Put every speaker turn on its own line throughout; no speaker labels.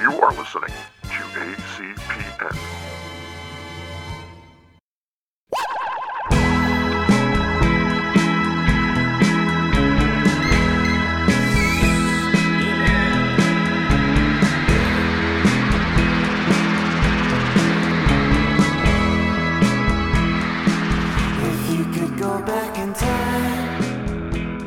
You are listening to ACPN.
If you could go back in time,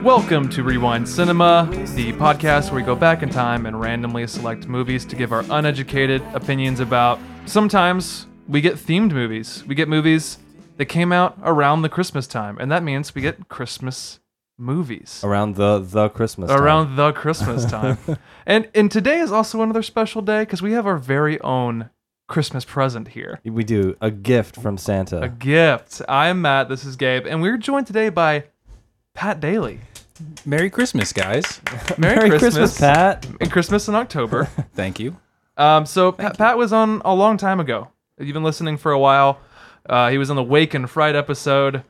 Welcome to Rewind Cinema, the podcast where we go back in time and randomly select movies to give our uneducated opinions about. Sometimes we get themed movies. We get movies that came out around the Christmas time, and that means we get Christmas movies
around the the Christmas time.
around the Christmas time. and and today is also another special day because we have our very own Christmas present here.
we do a gift from Santa.
A gift. I'm Matt, this is Gabe, and we're joined today by Pat Daly.
Merry Christmas, guys.
Merry,
Merry Christmas, Pat.
And Christmas in October.
Thank you.
Um, so Pat, Pat was on a long time ago. You've been listening for a while. Uh, he was on the Wake and Fright episode.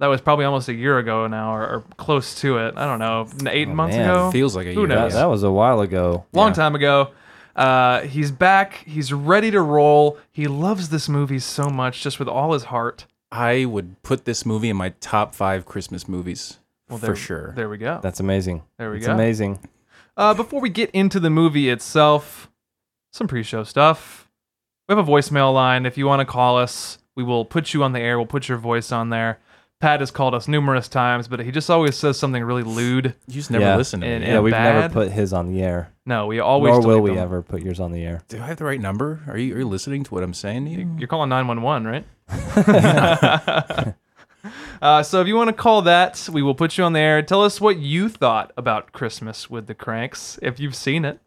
That was probably almost a year ago now, or, or close to it. I don't know, n- eight months
man.
ago.
Oh, Feels like a
Who
year.
That,
knows?
that was a while ago.
long time ago. Uh, he's back. He's ready to roll. He loves this movie so much, just with all his heart.
I would put this movie in my top five Christmas movies
there-
for sure.
There we go.
That's amazing.
There we
it's
go.
amazing.
Uh, before we get into the movie itself, some pre-show stuff. We have a voicemail line. If you want to call us, we will put you on the air. We'll put your voice on there. Pat has called us numerous times, but he just always says something really lewd.
You just never
Yeah.
listen to
And-
me.
and-
yeah, we've
bad.
never put his on the air.
No, we always.
Nor will
delete
we
them.
ever put yours on the air.
Do I have the right number? Are you, are you listening to what I'm saying to you?
You're calling nine one one, right? Uh, so if you want to call that, we will put you on the air. Tell us what you thought about Christmas with the Cranks, if you've seen it.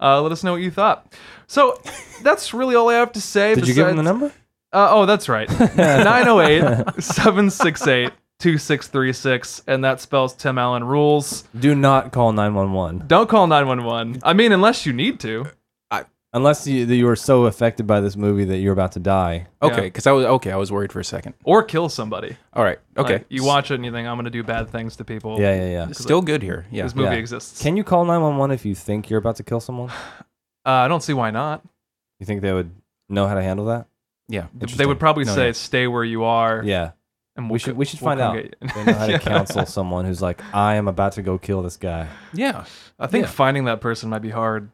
Uh, let us know what you thought. So that's really all I have to say.
Did you give him the
besides-
number?
Uh, oh, that's right. 908 768 2636. And that spells Tim Allen rules.
Do not call 911
Don't call 911. I mean, unless you need to.
unless you that you were so affected by this movie that you're about to die.
Okay, because I was okay. I was worried for a second.
Or kill somebody.
All right. Okay.
Like, you watch it and you think, I'm going to do bad things to people.
Yeah, yeah, yeah.
S- Still good here. Yeah.
This movie
Yeah.
exists.
Can you call 911 if you think you're about to kill someone?
uh, I don't see why not.
You think they would know how to handle that?
Yeah.
They would probably
No,
say,
yeah.
stay where you are.
Yeah.
And
We should we should find out. They know how
out.
to counsel someone who's like, I am about to go kill this guy.
Yeah.
I think
Yeah.
finding that person might be hard.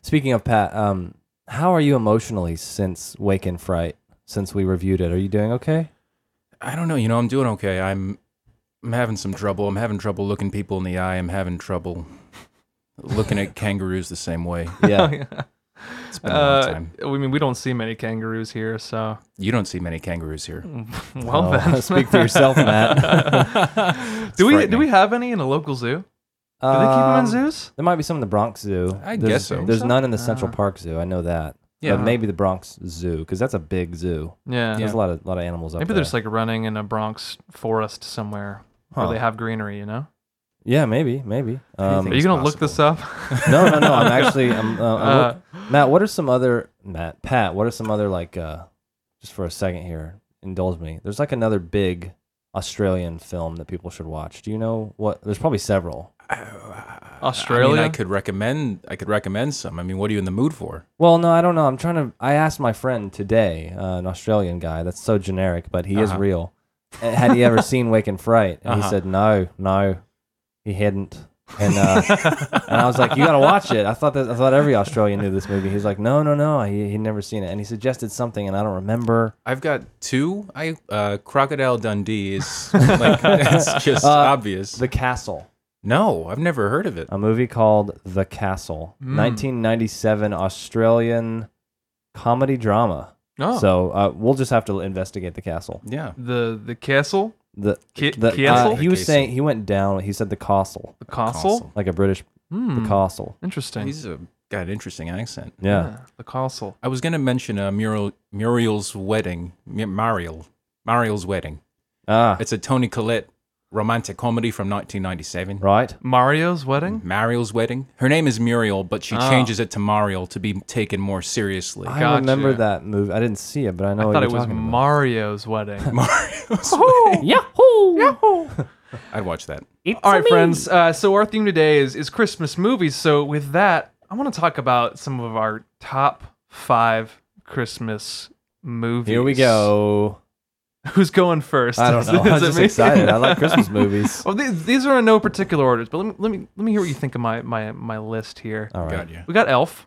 Speaking of Pat, um, how are you emotionally since Wake and Fright? Since we reviewed it, are you doing okay?
I don't know. You know, I'm doing okay. I'm I'm having some trouble. I'm having trouble looking people in the eye. I'm having trouble looking at kangaroos the same way.
Yeah,
It's been a long
Uh,
time.
I mean, we don't see many kangaroos here, so.
You don't see many kangaroos here.
Well,
Oh,
then.
speak for yourself, Matt.
do we do
frightening.
we have any in a local zoo? Do they keep them in
Um,
zoos?
There might be some in the Bronx Zoo.
I
There's-
guess so.
There's
So?
none in the Central
Uh.
Park Zoo. I know that.
Yeah.
Yeah, but maybe the Bronx Zoo because that's a big zoo.
Yeah.
There's a lot of lot of animals up
Maybe
there.
they're just like running in a Bronx forest somewhere
Huh.
where they have greenery. You know?
yeah, maybe, maybe.
Are
Um,
you
it's
gonna look this up?
no, no, no. I'm actually. I'm, uh, I'm
Uh,
Uh, look- Matt, what are some other Matt Pat? What are some other like? Uh, just for a second here, indulge me. There's like another big Australian film that people should watch. Do you know what? There's probably several.
I,
Australia.
mean, I could recommend. I could recommend some. I mean, what are you in the mood for?
Well, no, I don't know. I'm trying to. I asked my friend today, uh, an Australian guy. That's so generic, but he is
Uh-huh.
real. Uh, Had he ever seen Wake and Fright? And he
Uh-huh.
said, no, no, he hadn't. And uh, and I was like, you gotta watch it. I thought that I thought every Australian knew this movie. He's like, no, no, no, he he'd never seen it. And he suggested something, and I don't remember.
I've got two. I uh, Crocodile Dundee is like it's just
Uh,
obvious.
The Castle,
no, I've never heard of it.
a movie called The Castle,
Hmm.
1997 Australian comedy drama.
Oh.
So uh, we'll just have to investigate the castle.
Yeah,
the the castle,
The,
Ki-
the uh,
Kiesel?
he was
Kiesel.
saying he went down. He said the castle,
the castle. Hmm.
Castle.
like a British the castle.
Interesting.
he's a, got an interesting accent.
Yeah.
Yeah, the castle.
I was gonna mention uh, Muriel Muriel's wedding. Mi- Mariel Mariel's wedding.
Ah,
It's a Tony Collette romantic comedy from 1997.
right.
Mario's
Mm-hmm.
wedding.
Mariel's wedding. Her name is Muriel, but she
Oh.
changes it to Mariel to be taken more seriously.
I
Gotcha.
remember that movie. I didn't see it, but I know.
I
what
thought
you're
it was
talking about.
Mario's wedding.
Mariel's wedding.
Yahoo! Yahoo!
Oh. I'd watch that.
All right, friends. Uh, so our theme today is is Christmas movies. So with that, I want to talk about some of our top five Christmas movies.
Here we go.
Who's going first?
I don't
Is
know.
it- is
I'm
it
just
me?
excited. I like Christmas movies.
Well, these, these are in no particular orders, but let me let me let me hear what you think of my my my list here.
All right.
Got you.
We got Elf.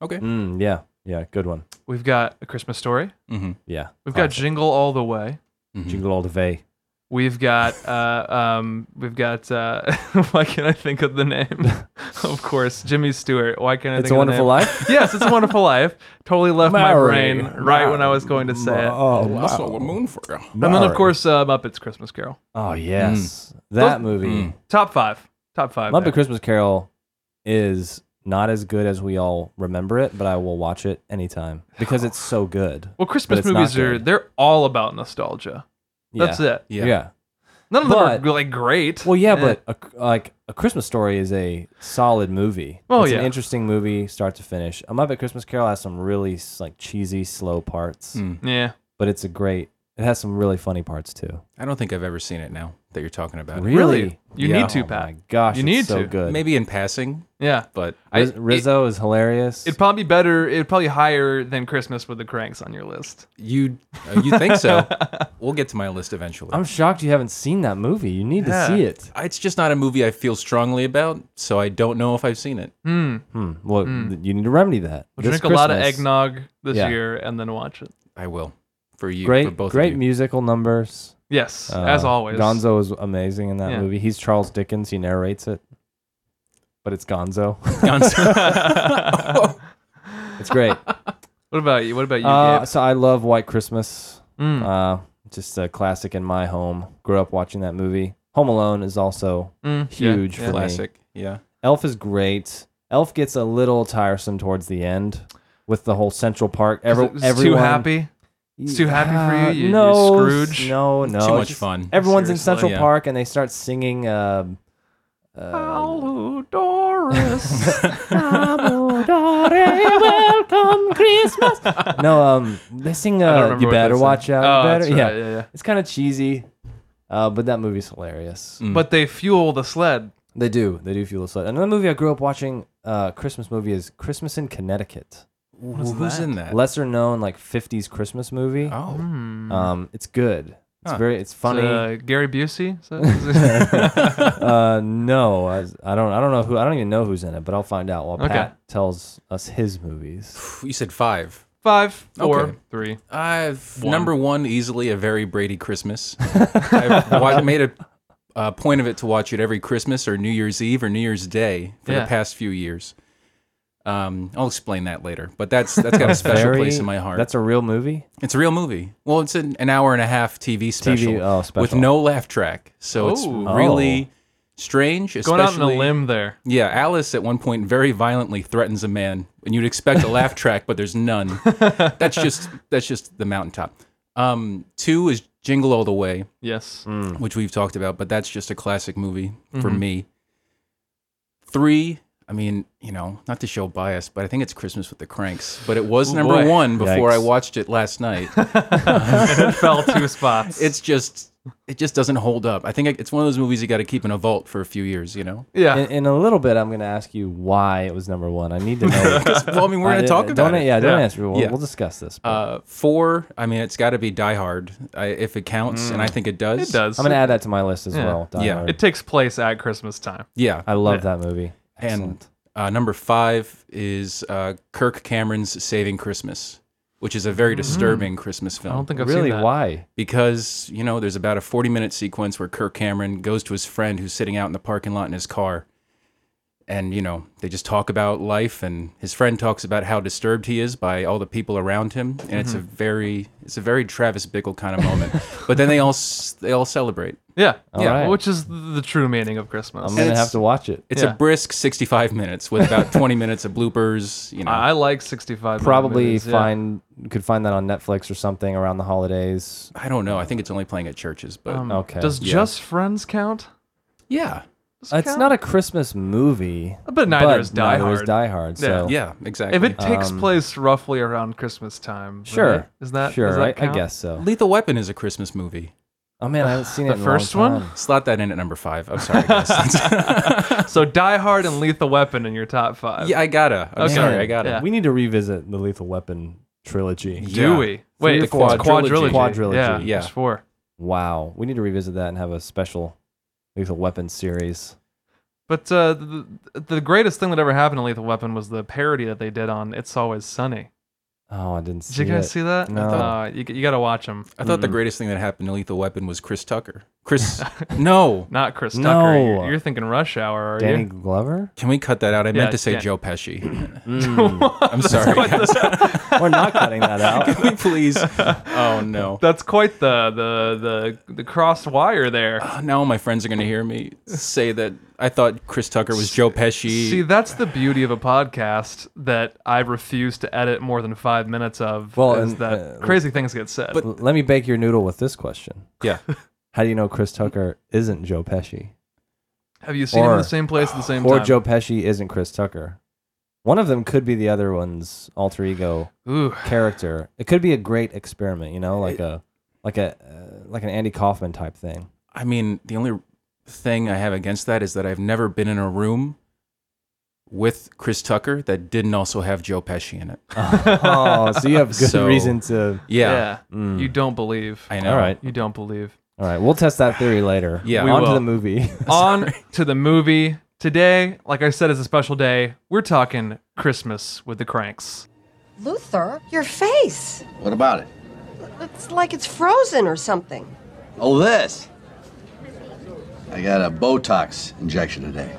Okay.
Mm, yeah. Yeah. Good one.
We've got A Christmas Story.
Mm-hmm.
Yeah.
We've got
Classic.
Jingle All the Way.
Jingle All the Way.
We've got uh um we've got uh why can't I think of the name? of course, Jimmy Stewart. Why can't I
It's
think
a
of
Wonderful
the name?
Life.
Yes, it's a wonderful life. Totally left my
Mary.
brain right when I was going to say it.
Oh,
I saw the moon for you.
And then of course uh, Muppets Christmas Carol.
Oh yes, that
Those-
movie.
Mm.
Top five. Top five.
Muppet
there.
Christmas Carol is not as good as we all remember it, but I will watch it anytime because it's so good.
Well, Christmas
it's not
movies are
good.
they're all about nostalgia. That's
yeah.
it.
Yeah.
yeah.
None of them
But-
are like great.
Well, yeah,
Eh.
but a, like a Christmas Story is a solid movie.
Oh,
it's
yeah.
an interesting movie, start to finish. A Muppet Christmas Carol has some really s- like cheesy, slow parts,
Mm.
yeah.
but it's a great. It has some really funny parts too.
I don't think I've ever seen it now that you're talking about. it.
Really? You need to,
oh My
Pat.
gosh,
You
it's
need
so
to.
good.
Maybe in passing,
Yeah.
but
Riz-
I-
Rizzo is hilarious.
It, would probably be better. It'd probably higher than Christmas with the Cranks on your list.
you uh, you think so? we'll get to my list eventually.
I'm shocked you haven't seen that movie. You need
Yeah.
to see it.
it's just not a movie I feel strongly about, so I don't know if I've seen it.
Hmm.
Hmm. Well, th- you need to remedy that.
We'll
This
drink a lot of
Christmas,
eggnog this
Yeah.
year and then watch it.
I will for you, for
Great,
both
great
of you.
musical numbers.
Yes,
Uh,
as always.
Gonzo is amazing in that
Yeah.
movie. He's Charles Dickens. He narrates it, but it's Gonzo. it's great.
What about you? What about you,
Uh,
Gabe?
so I love White Christmas.
Mm.
Uh, just a classic in my home. Grew up watching that movie. Home Alone is also
Mm, yeah,
huge
yeah.
for me.
Classic, yeah.
Elf is great. Elf gets a little tiresome towards the end with the whole Central Park. Every,
It's
everyone,
too happy. It's too happy for you?
Yeah,
You- you're
no, s-
Scrooge?
No, no.
Too much
just-
fun.
Everyone's in
Seriously,
Central
yeah.
Park and they start singing. um uh,
Oh, Doris.
welcome Christmas. no, um, they sing.
I don't
Uh,
remember
you
what
better
they
watch
said.
out.
Oh,
you better,
that's right,
yeah.
yeah, yeah.
It's kind of cheesy, uh, but that movie's hilarious.
Mm.
but they fuel the sled.
They do. They do fuel a sled. Another movie I grew up watching, uh, Christmas movie is Christmas in Connecticut.
is
Who's
that?
in that?
Uh, Lesser known like 50s Christmas movie.
oh,
Hmm.
Um, it's good. It's
Huh.
very. It's funny.
Uh, Gary Busey. Is that- is it-
uh, no, I, I don't. I don't know who. I don't even know who's in it, but I'll find out while
Okay.
Pat tells us his movies.
you said five.
Five, four,
Okay.
three.
I've
One.
number one easily a very Brady Christmas. I've wa- made a, a point of it to watch it every Christmas or New Year's Eve or New Year's Day for
Yeah.
the past few years. Um, I'll explain that later, but that's that's got a special
Very-
place in my heart.
That's a real movie.
It's a real movie. Well, it's an, an hour and a half TV special,
oh, special.
with no laugh track, so it's
uh, Oh.
really strange.
Going out on a
especially-
limb there.
Yeah, Alice at one point very violently threatens a man, and you'd expect a laugh track, but there's none. That's just that's just the mountaintop. Um, two is Jingle All the Way,
Yes.
Hmm. Mm.
which we've talked about, but that's just a classic movie for
Mm-hmm.
me. Three, I mean, you know, not to show bias, but I think it's Christmas with the Cranks, but it was
Oh,
number
boy.
one before I
Yikes.
watched it last night.
it fell two spots.
it's just it just doesn't hold up. I think it- it's one of those movies you got to keep in a vault for a few years, you know.
yeah.
In, in a little bit, I'm going to ask you why it was number one. I need to know.
Well, I mean,
I-
we're
uh,
going to talk about
don't,
it.
Yeah, don't
Yeah.
answer. We'll,
Yeah.
we'll discuss this. but
Uh, four. I mean, it's got to be Die Hard I, if it counts, and I think it does.
Mm. it does.
I'm going to add that to my list as
Yeah.
well. Die
Yeah.
Hard.
It takes place at Christmas time.
Yeah.
I love
Yeah.
that movie.
and
Excellent.
uh, number five is uh, Kirk Cameron's Saving Christmas, which is a
Mm.
very disturbing Christmas
I don't
film
think I've
really,
seen that.
why?
because you know there's about a 40 minute sequence where Kirk Cameron goes to his friend who's sitting out in the parking lot in his car. And you know they just talk about life, and his friend talks about how disturbed he is by all the people around him, and it's a
Mm-hmm.
very, it's a very Travis Bickle kind of moment. but then they all, s- they all celebrate.
Yeah. yeah.
right.
Which is the true meaning of Christmas.
I'm going to
it's-
have to watch it.
It's
Yeah.
a brisk 65 minutes with about 20 minutes of bloopers. You know,
I I like 65. minute
Probably
movies, yeah.
find could find that on Netflix or something around the holidays.
I don't know. I think it's only playing at churches, but
Um,
Okay.
Does
Yeah.
Just Friends count?
yeah,
Does it
It's
count?
not a Christmas movie,
But neither is Die
neither
Hard.
Is Die Hard.
Yeah.
So
yeah, exactly.
If it takes
Um,
place roughly around Christmas time, right?
sure,
Is that
sure?
Does that
I, I
count?
guess so.
Lethal Weapon is a Christmas movie.
Oh man, I haven't seen it.
The
in a
first
long
one?
time.
Slot that in at number five. I'm sorry, guys.
So Die Hard and Lethal Weapon in your top five.
yeah, I gotta. I'm
Okay.
sorry, I
Man,
gotta.
Yeah.
We need to revisit the Lethal Weapon trilogy.
Do
Yeah.
we? Wait,
or
it's
four.
quadrilogy.
Quadrilogy.
Yeah,
Yeah.
There's four.
Wow, we need to revisit that and have a special Lethal Weapon series.
But uh, the, the greatest thing that ever happened to Lethal Weapon was the parody that they did on It's Always Sunny.
Oh, I didn't see
Did you guys
it.
see that?
No.
Uh, you, you got to watch them.
I thought the greatest thing that happened to Lethal Weapon was Chris Tucker. Chris, no.
Not Chris
No.
Tucker. You're, you're thinking Rush Hour, are
Danny
you?
Glover? Mm.
Can we cut that out? I
Yeah,
meant to say
yeah.
Joe Pesci.
I'm
sorry.
We're not cutting that out.
Can we please? Oh no.
That's quite the the the the cross wire there.
Oh, Now all my friends are going to hear me say that I thought Chris Tucker was Joe Pesci.
See, that's the beauty of a podcast that I refuse to edit more than five minutes of.
Well,
is
and,
that
uh,
crazy things get said.
but-
L- Let me bake your noodle with this question.
yeah.
How do you know Chris Tucker isn't Joe Pesci?
Have you seen him in
or-
the same place at the same
Or
time?
Joe Pesci isn't Chris Tucker? One of them could be the other one's alter ego
Ooh,
character. It could be a great experiment, you know, like a like a uh, like an Andy Kaufman type thing.
I mean, the only thing I have against that is that I've never been in a room with Chris Tucker that didn't also have Joe Pesci in it.
Oh, so you have good
So-
reason to.
Yeah.
yeah.
Mm.
You don't believe.
I know.
All right.
You don't believe.
All right, we'll test that theory later.
Yeah. We
on
will.
to the movie.
On to the movie today. Like I said, is a special day. We're talking Christmas with the Cranks.
Luther, your face.
What about it?
It's like it's frozen or something.
Oh, this. I got a Botox injection today.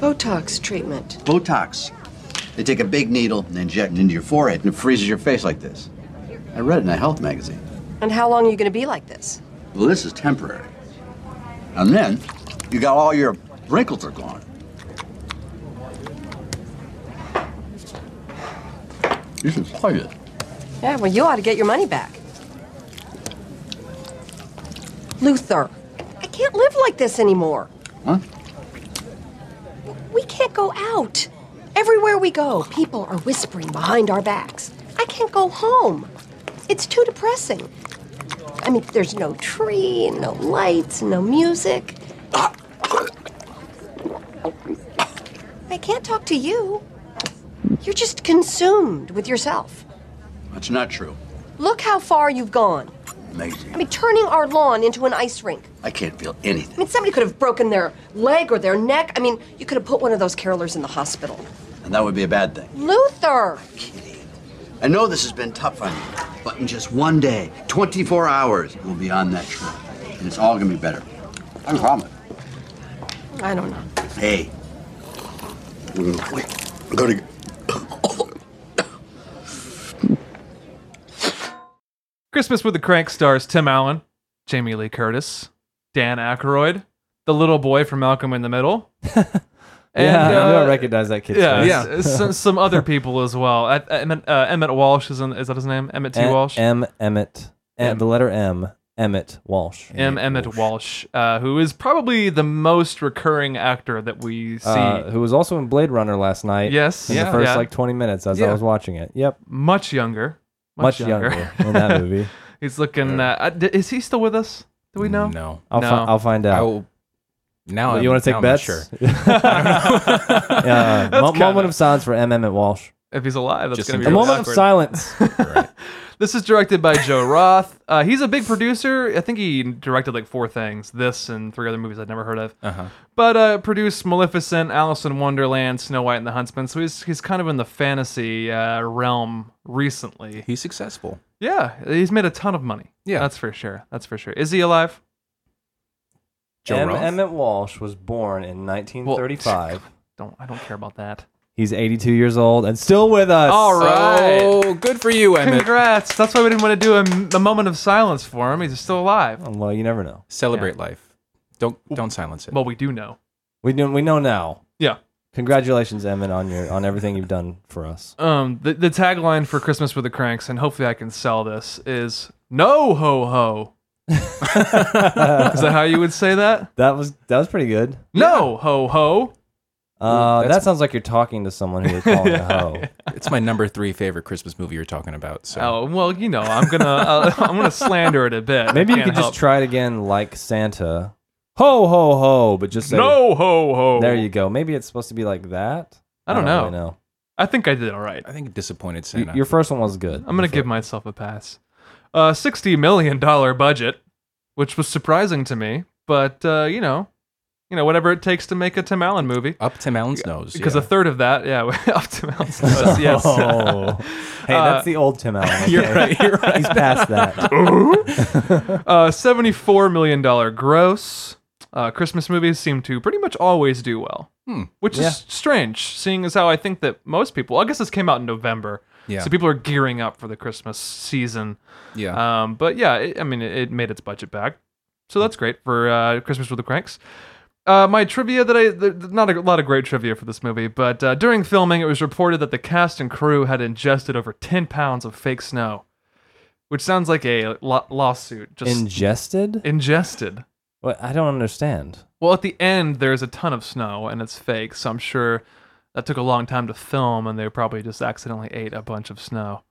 Botox treatment.
Botox. They take a big needle and inject it into your forehead and it freezes your face like this. I read it in a health magazine.
And how long are you going to be like this?
Well, this is temporary. And then you got all your wrinkles are gone. This is quite it.
Yeah, well, you ought to get your money back. Luther, I can't live like this anymore.
Huh?
We can't go out. Everywhere we go, people are whispering behind our backs. I can't go home. It's too depressing. I mean, there's no tree, and no lights, and no music. I can't talk to you. You're just consumed with yourself.
That's not true.
Look how far you've gone. I
Amazing.
mean, turning our lawn into an ice rink.
I can't feel
I
anything.
mean, somebody could have broken their leg or their neck. I mean, you could have put one of those carolers in the hospital.
And that would be a bad thing.
Luther!
I know this has been tough on you, but in just one day, 24 hours, we'll be on that trip. And it's all gonna be better. I promise.
I don't know.
Hey. We're gonna, we're gonna,
Christmas with the Cranks stars Tim Allen, Jamie Lee Curtis, Dan Aykroyd, the little boy from Malcolm in the Middle.
yeah, I
uh,
don't recognize that kid's
Yeah,
face.
Yeah.
s- Some, some other people as well. Uh, Emmett, uh, Emmett Walsh is in, is that his name? Emmett T.
E-
Walsh.
M. Emmett.
M.
M. The letter M. Emmett Walsh.
M. Emmett Walsh, uh, who is probably the most recurring actor that we see.
Uh, who was also in Blade Runner last night.
Yes,
In
yeah,
the first
yeah.
like 20 minutes as
Yeah.
I was watching it. Yep.
much younger,
Much, younger in that movie.
He's looking. Uh, uh, d- is he still with us? Do we know?
No.
I'll,
No.
fi- I'll find
I
out.
will, now
you want
want
to take bets?
Sure.
yeah. Mo-
kinda-
moment of silence for M. Emmett Walsh.
If he's alive, that's
Just
going
in
to
A
be
case.
really
moment of
awkward.
silence.
This is directed by Joe Roth. Uh, he's a big producer. I think he directed like four things, this and three other movies I'd never heard of.
Uh-huh.
But uh, produced Maleficent, Alice in Wonderland, Snow White and the Huntsman. So he's he's kind of in the fantasy uh, realm recently.
He's successful.
Yeah, he's made a ton of money.
Yeah.
that's for sure. That's for sure. Is he alive?
Joe
M.
Roth?
Emmett Walsh was born in 1935.
Don't I don't care about that.
He's 82 years old and still with us.
All right.
Oh, good for you, Emmett.
Congrats. That's why we didn't want to do a, a moment of silence for him. He's still alive.
Oh, Well, you never know.
Celebrate life. Don't don't silence it.
Well, we do know.
We know, we know now.
Yeah.
Congratulations, Emmett, on your on everything you've done for us.
Um, the, the tagline for Christmas with the Cranks, and hopefully I can sell this, is No Ho Ho. is that how you would say that?
That was that was pretty good.
No Ho Ho.
Uh, that
that's-
sounds like you're talking to someone who you're calling a hoe.
It's my number three favorite Christmas movie you're talking about. So
Oh well, you know, I'm gonna uh, I'm gonna slander it a bit.
Maybe
I
you
can't
could just
help.
try it again, like Santa. Ho ho ho! But just say
No ho ho.
There you go. Maybe it's supposed to be like that.
I don't know.
really know.
I think I did all right.
I think disappointed
Y-
Santa.
Your first one was good.
I'm gonna give myself a pass. Uh, sixty million dollar budget, which was surprising to me, but uh, you know, you know, whatever it takes to make a Tim Allen
Oh,
movie.
Up Tim Allen's nose.
Because
yeah.
a third of that, yeah, up to Allen's nose, yes.
Oh. Hey,
Uh,
that's the old Tim Allen.
you're
okay?
right, you're right.
He's past that.
Uh, Seventy-four million dollar gross. Uh, Christmas movies seem to pretty much always do well, which
Yeah.
is strange, seeing as how I think that most people. I guess this came out in November,
Yeah.
so people are gearing up for the Christmas season.
yeah.
Um, but yeah, it, I mean, it, it made its budget back, so that's great for uh, Christmas with the Cranks. Uh, my trivia that I th- th- not a lot of great trivia for this movie, but uh, during filming, it was reported that the cast and crew had ingested over ten pounds of fake snow, which sounds like a lo- lawsuit. Just
Ingested?
ingested.
What? I don't understand.
Well, at the end, there's a ton of snow and it's fake, so I'm sure that took a long time to film, and they probably just accidentally ate a bunch of snow.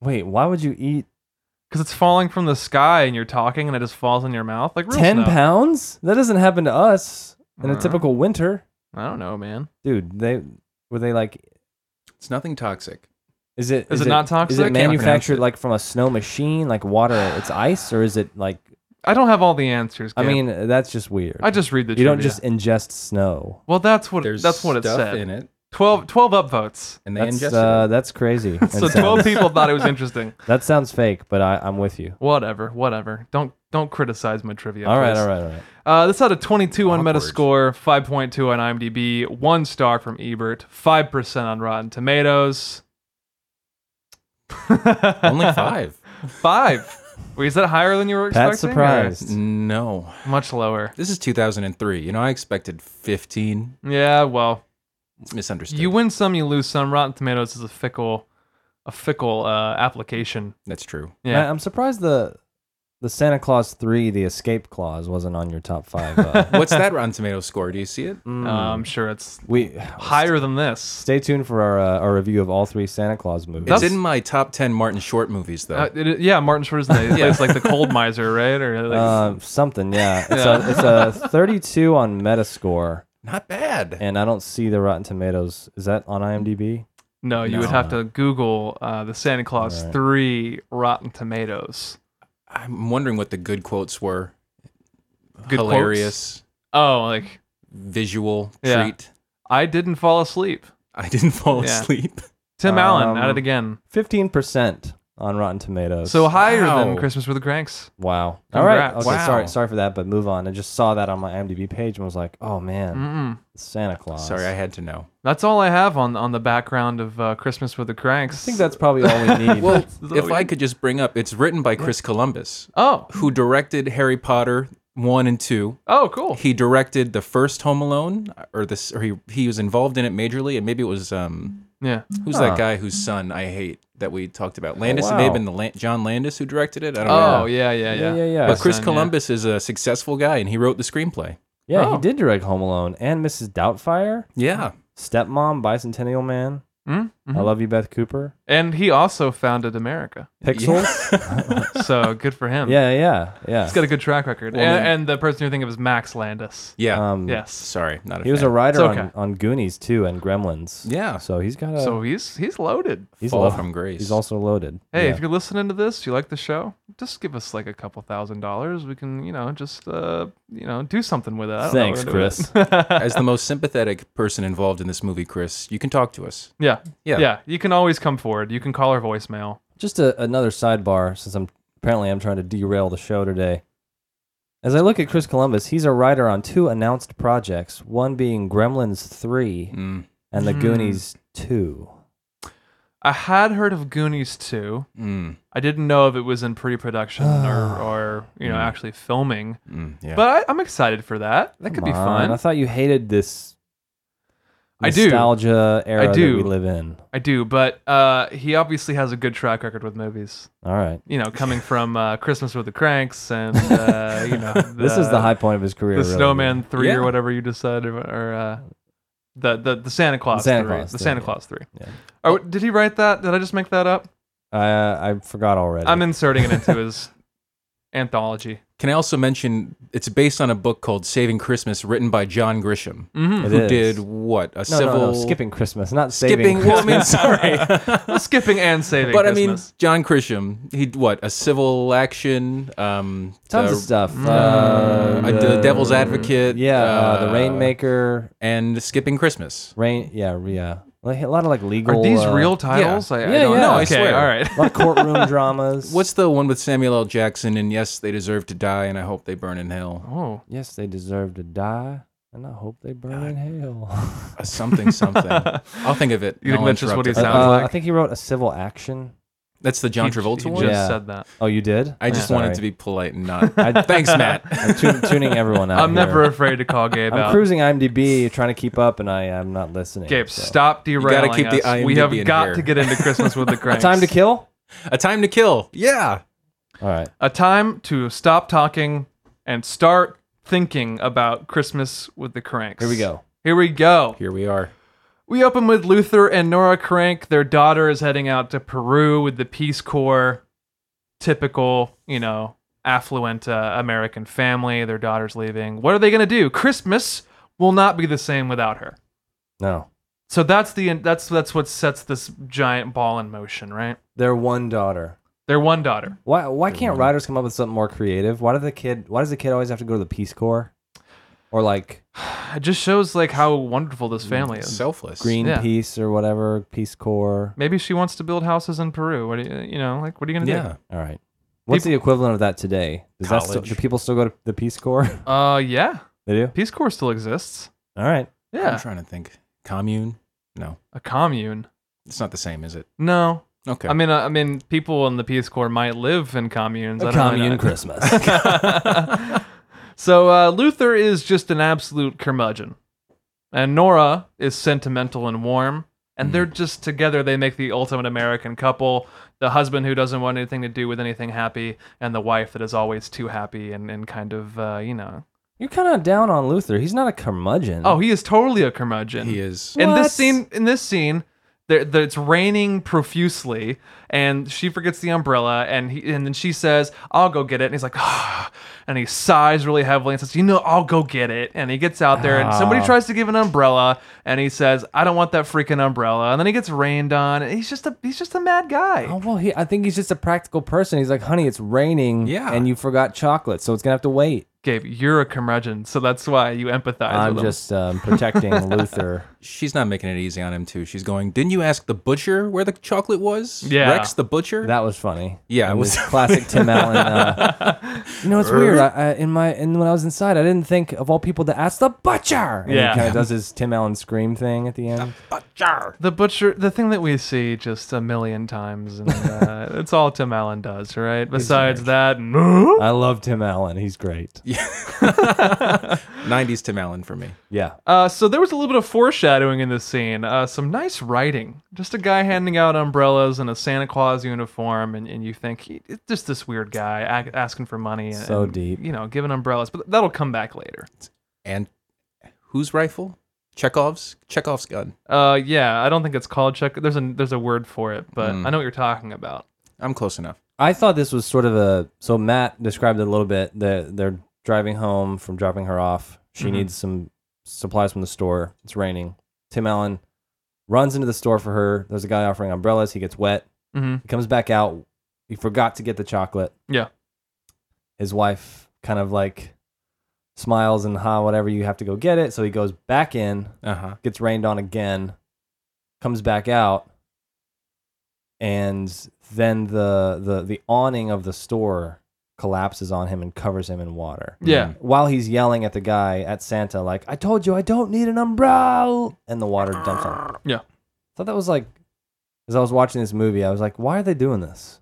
Wait, why would you eat
Because it's falling from the sky and you're talking and it just falls in your mouth. Like real
10
snow.
pounds? That doesn't happen to us in a
Uh.
typical winter.
I don't know, man.
Dude, they were they like
It's nothing toxic.
is it
Is it not toxic?
Is
I
it
can't
manufactured
pronounce it.
like from a snow machine, like water? It's ice, or is it like?
I don't have all the answers.
I
Gabe.
mean, that's just weird.
I just read the.
you don't
trivia.
just ingest snow.
Well, that's what
There's
that's what it
stuff
said.
in it,
12, 12 upvotes.
and they
That's
ingested
uh, that's crazy. That
So
sounds-
twelve people thought it was interesting.
That sounds fake, but I, I'm with you.
Whatever, whatever. Don't don't criticize my trivia.
All right,
please.
all right, all right.
Uh, this had a 22 on
Awkward.
Metascore, 5.2 on IMDb, one star from Ebert, five percent on Rotten Tomatoes.
it. Only five.
Five. Wait, is that higher than you were
Pat's
expecting?
surprised.
Mm,
no.
or Much lower.
This is 2003. You know, I expected 15.
Yeah. Well,
It's misunderstood.
you win some, you lose some. Rotten Tomatoes is a fickle, a fickle uh, application.
That's true.
Yeah.
I, am surprised the the Santa Claus three, the escape clause, wasn't on your top five. Uh,
What's that Rotten Tomato score? Do you see it?
mm.
Uh, I'm sure it's
we
higher than this.
stay tuned for our uh, our review of all three Santa Claus movies.
It's
That's-
in my top 10 Martin Short movies, though.
Uh, it- yeah, Martin Short's name.
Yeah.
It's like the cold miser, right? Or like,
Uh, something, yeah. It's, A, it's a 32 on Metascore,
Not bad.
and I don't see the Rotten Tomatoes. Is that on IMDb?
no, you would
no.
have to Google uh, the Santa Claus
Right.
Three Rotten Tomatoes.
I'm wondering what the good quotes were.
Good quotes?
Hilarious,
Oh, like
visual
Yeah.
treat.
I didn't fall asleep.
I didn't fall
Yeah.
asleep.
Tim Allen at
Um,
it again.
15% on Rotten Tomatoes.
So higher than
Wow. Christmas
Christmas with the Cranks.
wow. All right.
Congrats.
Okay, sorry,
Wow.
sorry for that, but move on. I just saw that on my IMDb page and was like, oh man,
Mm-mm.
Santa Claus.
Sorry, I had to know.
That's all I have on on the background of uh, Christmas with the Cranks.
I think that's probably all we need.
Well,
that
if
what
I
you-
could just bring up, it's written by Chris Columbus,
oh
who directed Harry Potter 1 and 2.
oh cool.
He directed the first Home Alone, or this, or he he was involved in it majorly, and maybe it was um,
Yeah.
who's
Huh. Oh,
that guy whose son I hate that we talked about, Landis.
wow.
It may have been the Lan- John Landis who directed it. I don't know.
Oh yeah yeah yeah
Yeah, yeah, yeah.
But Chris
Son, yeah.
Columbus is a successful guy, and he wrote the screenplay.
yeah,
Oh.
he did direct Home Alone and Mrs. Doubtfire,
Yeah,
Stepmom, Bicentennial Man,
Mm, mhm.
I Love You, Beth Cooper,
And he also founded America.
Pixels.
So good for him.
Yeah, yeah, yeah.
He's got a good track record.
Well,
and,
man.
and the person you're thinking of is Max Landis.
yeah.
um,
Yes.
Sorry, not a
He was a
fan.
writer
It's okay.
on, on Goonies too and Gremlins.
Yeah.
So he's got a.
So he's he's loaded.
he's
fall
loaded.
from grace.
He's also loaded.
Hey,
Yeah.
if you're listening to this, you like the show, just give us like a couple thousand dollars. We can, you know, just uh, you know, do something with it. I don't know
Thanks,
what we're doing.
Chris.
as the most sympathetic person involved in this movie, Chris, you can talk to us.
yeah.
Yeah.
Yeah. You can always come forward. You can call our voicemail.
Just a, another sidebar, since I'm apparently I'm trying to derail the show today. As I look at Chris Columbus, he's a writer on two announced projects, one being Gremlins three
Mm,
and The
Hmm.
Goonies two.
I had heard of Goonies too.
Hmm.
mm,
I didn't know if it was in pre-production or, or you
Hmm.
know, actually filming.
mm, yeah.
But I, I'm excited for that. That could
Come
be
on,
fun.
I thought you hated this.
I do.
Nostalgia era
do.
that we live in.
I do, but uh, he obviously has a good track record with movies.
All right.
You know, coming from uh, Christmas with the Cranks and uh, you know,
This is the high point of his
the
career. really.
Snowman Three
Yeah.
or whatever you just said, or, or uh, The the, the Santa Claus
Santa
three.
Claus
the
three,
Santa
yeah.
Claus three.
Yeah.
Oh, did he write that? Did I just make that up?
Uh, I forgot already.
I'm inserting it into his anthology.
Can I also mention it's based on a book called Saving Christmas, written by John Grisham,
Mm-hmm. It
who
is.
did what a
no,
civil
no, no, skipping Christmas, not saving.
skipping.
Christmas.
Well, I mean, sorry,
Well, skipping and saving.
but I mean
Christmas.
John Grisham. He did what a civil action. Um,
Tons
the,
of stuff.
Mm.
uh,
Uh,
the Devil's Advocate.
Yeah, uh, the
uh,
Rainmaker,
and Skipping Christmas.
rain. Yeah, yeah. Like, a lot of like legal.
are these
uh,
real titles? I, I
Yeah,
don't
yeah.
know.
No, I
okay,
swear.
all right.
A lot of courtroom dramas.
What's the one with Samuel L. Jackson? And yes, they deserve to die, and I hope they burn in hell.
Oh,
Yes, they deserve to die, and I hope they burn in hell.
Uh, something, something. I'll think of it.
You think
and I'll
that's just what
interrupt
he
it.
sounds
Uh, I
like-
think he wrote a civil action.
That's the John
He-
Travolta
he
one.
just
Yeah.
said that.
Oh, you did?
I just wanted to be polite and not.
I-
Thanks, Matt.
I'm tu- tuning everyone out.
I'm
here.
never afraid to call Gabe
I'm
out.
cruising IMDb, trying to keep up, and I am not listening.
Gabe,
so.
stop derailing
keep the
us. We
IMDb
have
in
got
here.
to get into Christmas with the Cranks.
Time to kill.
A Time to Kill. Yeah.
All right.
a time to stop talking and start thinking about Christmas with the Cranks.
Here we go.
Here we go.
Here we are.
We open with Luther and Nora Crank. Their daughter is heading out to Peru with the Peace Corps. Typical, you know, affluent uh, American family. Their daughter's leaving. What are they going to do? Christmas will not be the same without her.
No,
So that's the that's that's what sets this giant ball in motion, right?
their one daughter.
Their one daughter.
Why? Why can't writers come up with something more creative? Why do the kid? Why does the kid always have to go to the Peace Corps, or like
It just shows like how wonderful this family is.
Selfless.
Yeah.
Greenpeace or whatever Peace Corps?
Maybe she wants to build houses in Peru. What do you, you know, like what are you gonna
Yeah.
All right. What's
People-
the equivalent of that today? Does that still,
College.
do people still go to the Peace Corps?
do? Uh, yeah,
they do.
Peace Corps still exists.
All right.
I'm
Yeah,
trying to think. Commune? No.
a commune.
It's not the same, is it?
No,
Okay.
I mean, uh, I I mean, people in the Peace Corps might live in communes. I
A
don't really
commune
know.
Christmas.
so uh, Luther is just an absolute curmudgeon, and Nora is sentimental and warm, and they're
Mm-hmm.
just together. They make the ultimate American couple: the husband who doesn't want anything to do with anything happy, and the wife that is always too happy and, and kind of uh, you know.
You're kind of down on Luther. He's not a curmudgeon.
Oh, he is totally a curmudgeon.
he is.
In
What?
this scene, in this scene, there, there, it's raining profusely, and she forgets the umbrella, and he, and then she says, "I'll go get it," and he's like, "Ah," and he sighs really heavily and says, "You know, I'll go get it." And he gets out there, and
Ah.
somebody tries to give an umbrella, and he says, "I don't want that freaking umbrella," and then he gets rained on, and he's just a he's just a mad guy.
Oh, well, he, I think he's just a practical person. He's like, honey, it's raining.
Yeah.
And you forgot chocolate, so it's gonna have to wait.
Gabe, you're a curmudgeon, so that's why you empathize.
I'm
with him.
just um, protecting Luther.
She's not making it easy on him, too. She's going, Didn't you ask the butcher where the chocolate was?
Yeah.
Rex the butcher?
That was funny.
Yeah, it
And
was-
this classic Tim Allen. Uh, you know, it's weird. I, I, in my and when I was inside, I didn't think of all people to ask the butcher. And
Yeah.
he kind of does his Tim Allen scream thing at the end.
butcher.
The butcher, the thing that we see just a million times, and uh, it's all Tim Allen does, right? Besides that, and-
I love Tim Allen. He's great.
90s Tim Allen for me.
Yeah.
uh, so there was a little bit of foreshadowing in this scene. Uh, some nice writing, just a guy handing out umbrellas in a Santa Claus uniform, and, and you think he, it's just this weird guy ac- asking for money, and,
So
and,
deep.
you know, giving umbrellas. But that'll come back later.
And whose rifle? Chekhov's? Chekhov's gun.
Uh, yeah, I don't think it's called check. There's a there's a word for it, but
Mm.
I know what you're talking about.
I'm close enough.
I thought this was sort of a so Matt described it a little bit. That they're driving home from dropping her off. She needs some supplies from the store. It's raining. Tim Allen runs into the store for her. There's a guy offering umbrellas. He gets wet.
Mhm.
He comes back out. He forgot to get the chocolate.
Yeah.
His wife kind of like smiles and ha whatever you have to go get it. So he goes back in
Uh
Uh-huh.
huh.
gets rained on again, comes back out, and then the the the awning of the store collapses on him and covers him in water.
Yeah,
While he's yelling at the guy at Santa, like, I told you I don't need an umbrella and the water dumps on him.
Yeah.
thought that was like as I was watching this movie, I was like, why are they doing this?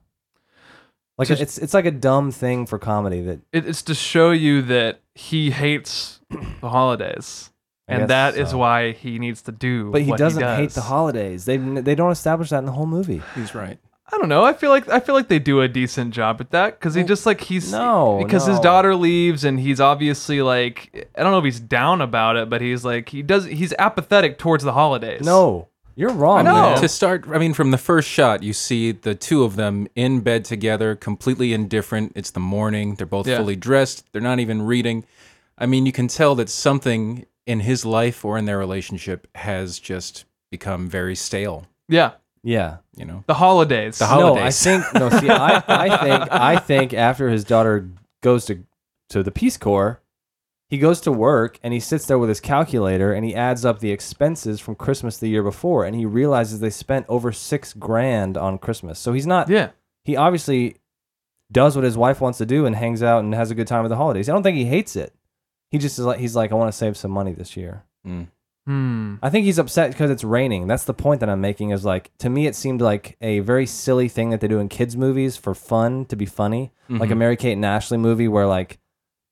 Like
Just-
it's it's like a dumb thing for comedy that
it, it's to show you that he hates the holidays.
I
and
guess
that is
so.
why he needs to do.
but he
what
doesn't
does.
hate the holidays. They they don't establish that in the whole movie.
He's right.
I don't know. I feel like I feel like they do a decent job at that because he just like he's
No,
because his
no.
daughter leaves and he's obviously like I don't know if he's down about it, but he's like he does he's apathetic towards the holidays.
No, you're wrong.
I know.
man.
Oh.
To start, I mean, from the first shot, you see the two of them in bed together, completely indifferent. It's the morning. They're both
Yeah.
fully dressed. They're not even reading. I mean, you can tell that something in his life or in their relationship has just become very stale,
yeah,
Yeah.
you know?
the holidays.
The holidays.
No, I think no. See, I, I think I think after his daughter goes to to the Peace Corps, he goes to work and he sits there with his calculator and he adds up the expenses from Christmas the year before and he realizes they spent over six grand on Christmas. So he's not.
yeah,
He obviously does what his wife wants to do and hangs out and has a good time at the holidays. I don't think he hates it. He just is like he's like I want to save some money this year.
hmm.
I think he's upset because it's raining. That's the point that I'm making. Is like to me, it seemed like a very silly thing that they do in kids' movies for fun to be funny, like a Mary Kate and Ashley movie where like,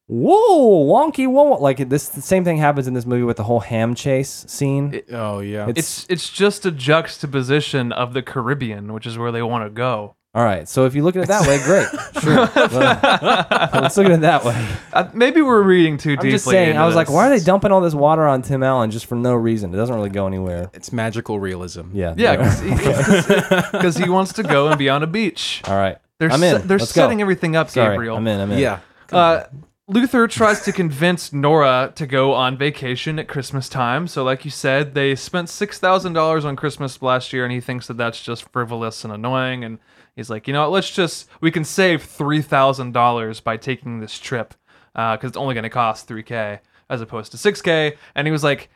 whoa, wonky, whoa, like this. The same thing happens in this movie with the whole ham chase scene.
Oh, yeah.
It's it's just a juxtaposition of the Caribbean, which is where they want to go.
all right. So if you look at it that way, great, sure. Well, let's look at it that way.
Uh, maybe we're reading too deeply.
I'm just saying.
into
I was like,
this.
why are they dumping all this water on Tim Allen just for no reason? It doesn't really go anywhere.
it's magical realism.
Yeah.
Yeah, because he wants to go and be on a beach.
All right.
They're
I'm
se-
in.
they're
Let's go.
setting everything up,
Sorry.
Gabriel.
I'm in. I'm in.
Yeah.
Uh, Luther tries to convince Nora to go on vacation at Christmas time. So, like you said, they spent six thousand dollars on Christmas last year, and he thinks that that's just frivolous and annoying. And he's like, you know, what, let's just we can save three thousand dollars by taking this trip because it's only going to cost three k as opposed to six k. And he was like,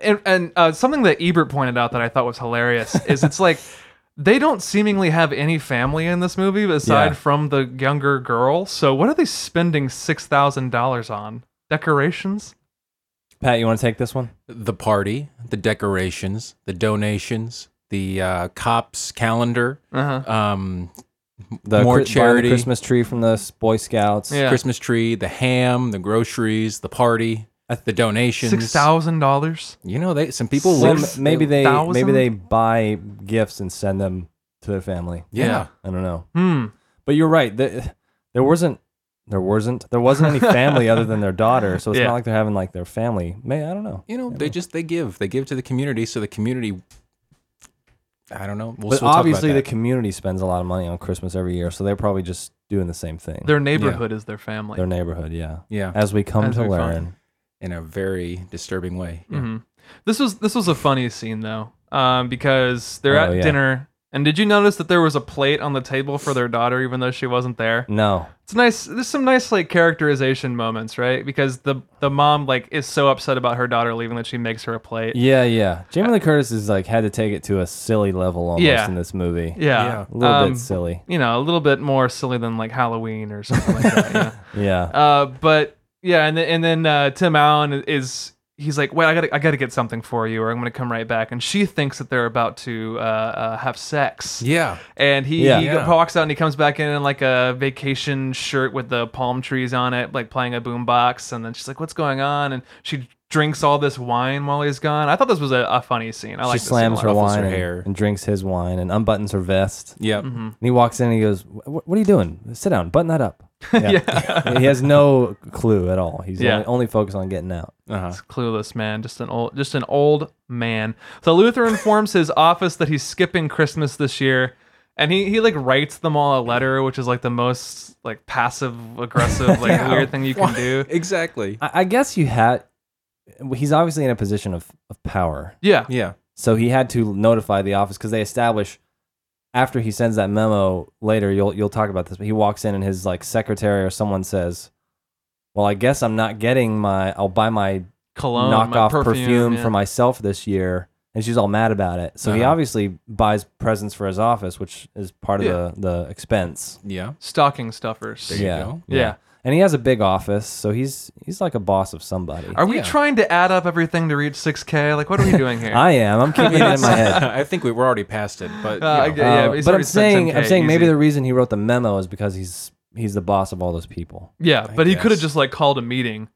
and, and uh, something that Ebert pointed out that I thought was hilarious is it's like. They don't seemingly have any family in this movie aside
Yeah.
from the younger girl. So what are they spending six thousand dollars on? Decorations?
Pat, you want to take this one?
The party, the decorations, the donations, the uh, cops calendar,
Uh-huh.
Uh,
um,
the Chri- buying
more
the
charity.
Christmas tree from the s- Boy Scouts.
Yeah.
Christmas tree, the ham, the groceries, the party, the donations.
Six thousand dollars?
You know, they some people
Well,
live.
m- maybe they maybe
thousand?
they buy gifts and send them to their family.
Yeah.
I don't know.
Hmm.
But you're right. There, there wasn't there wasn't there wasn't any family other than their daughter, so it's
Yeah.
not like they're having like their family. May I don't know.
You know, they just they give. They give to the community, so the community. I don't know. We'll,
But
we'll
obviously the
talk about
community spends a lot of money on Christmas every year, so they're probably just doing the same thing.
Their neighborhood is their family.
Their neighborhood, yeah.
Yeah.
As we come
As
to
we find-
learn.
that in a very disturbing way. Yeah.
Mhm. This was this was a funny scene though, um, because they're
Oh,
at
yeah.
dinner. And did you notice that there was a plate on the table for their daughter, even though she wasn't there?
No.
It's nice. There's some nice like characterization moments, right? Because the the mom like is so upset about her daughter leaving that she makes her a plate.
Yeah, yeah. Jamie Lee Curtis is like had to take it to a silly level almost
Yeah.
in this movie.
Yeah.
A little
Um,
bit silly.
You know, a little bit more silly than like Halloween or something like that. Yeah.
Yeah.
Uh, but yeah, and then, and then uh, Tim Allen is he's like, "Wait, I gotta I gotta get something for you, or I'm gonna come right back." And she thinks that they're about to uh, uh, have sex.
Yeah.
And he,
Yeah.
he
Yeah.
walks out and he comes back in in like a vacation shirt with the palm trees on it, like playing a boombox. And then she's like, "What's going on?" And she drinks all this wine while he's gone. I thought this was a, a funny scene. I like
she slams her
Ruffles
wine
her
and,
hair.
and drinks his wine and unbuttons her vest.
Yep.
And he walks in and he goes, "Wh- wh- "What are you doing? Sit down. Button that up." Yeah. he has no clue at all. He's
Yeah.
only, only focused on getting out.
Uh-huh.
It's clueless man, just an old, just an old man. So Luther informs his office that he's skipping Christmas this year, and he he like writes them all a letter, which is like the most like passive aggressive like weird thing you can do.
Exactly.
I, I guess you had. He's obviously in a position of, of power,
Yeah,
Yeah.
so he had to notify the office because they establish. After he sends that memo later, you'll you'll talk about this. But he walks in and his like secretary or someone says, "Well, I guess I'm not getting my. I'll buy my
cologne,
knockoff
my
perfume,
yeah.
for myself this year, and she's all mad about it. So he
Uh-huh.
obviously buys presents for his office, which is part of
Yeah.
the the expense.
Yeah.
stocking stuffers.
There you go.
Yeah.
And he has a big office, so he's he's like a boss of somebody.
Are we
Yeah.
trying to add up everything to reach 6K? Like, what are we doing here?
I am. I'm keeping it in my head.
I think we were already past it, but
Uh,
you know.
Yeah,
Uh,
he's
but
already spent
I'm saying
10K,
I'm saying maybe
easy.
the reason he wrote the memo is because he's he's the boss of all those people.
yeah, but he could have
guess.
just like called a meeting.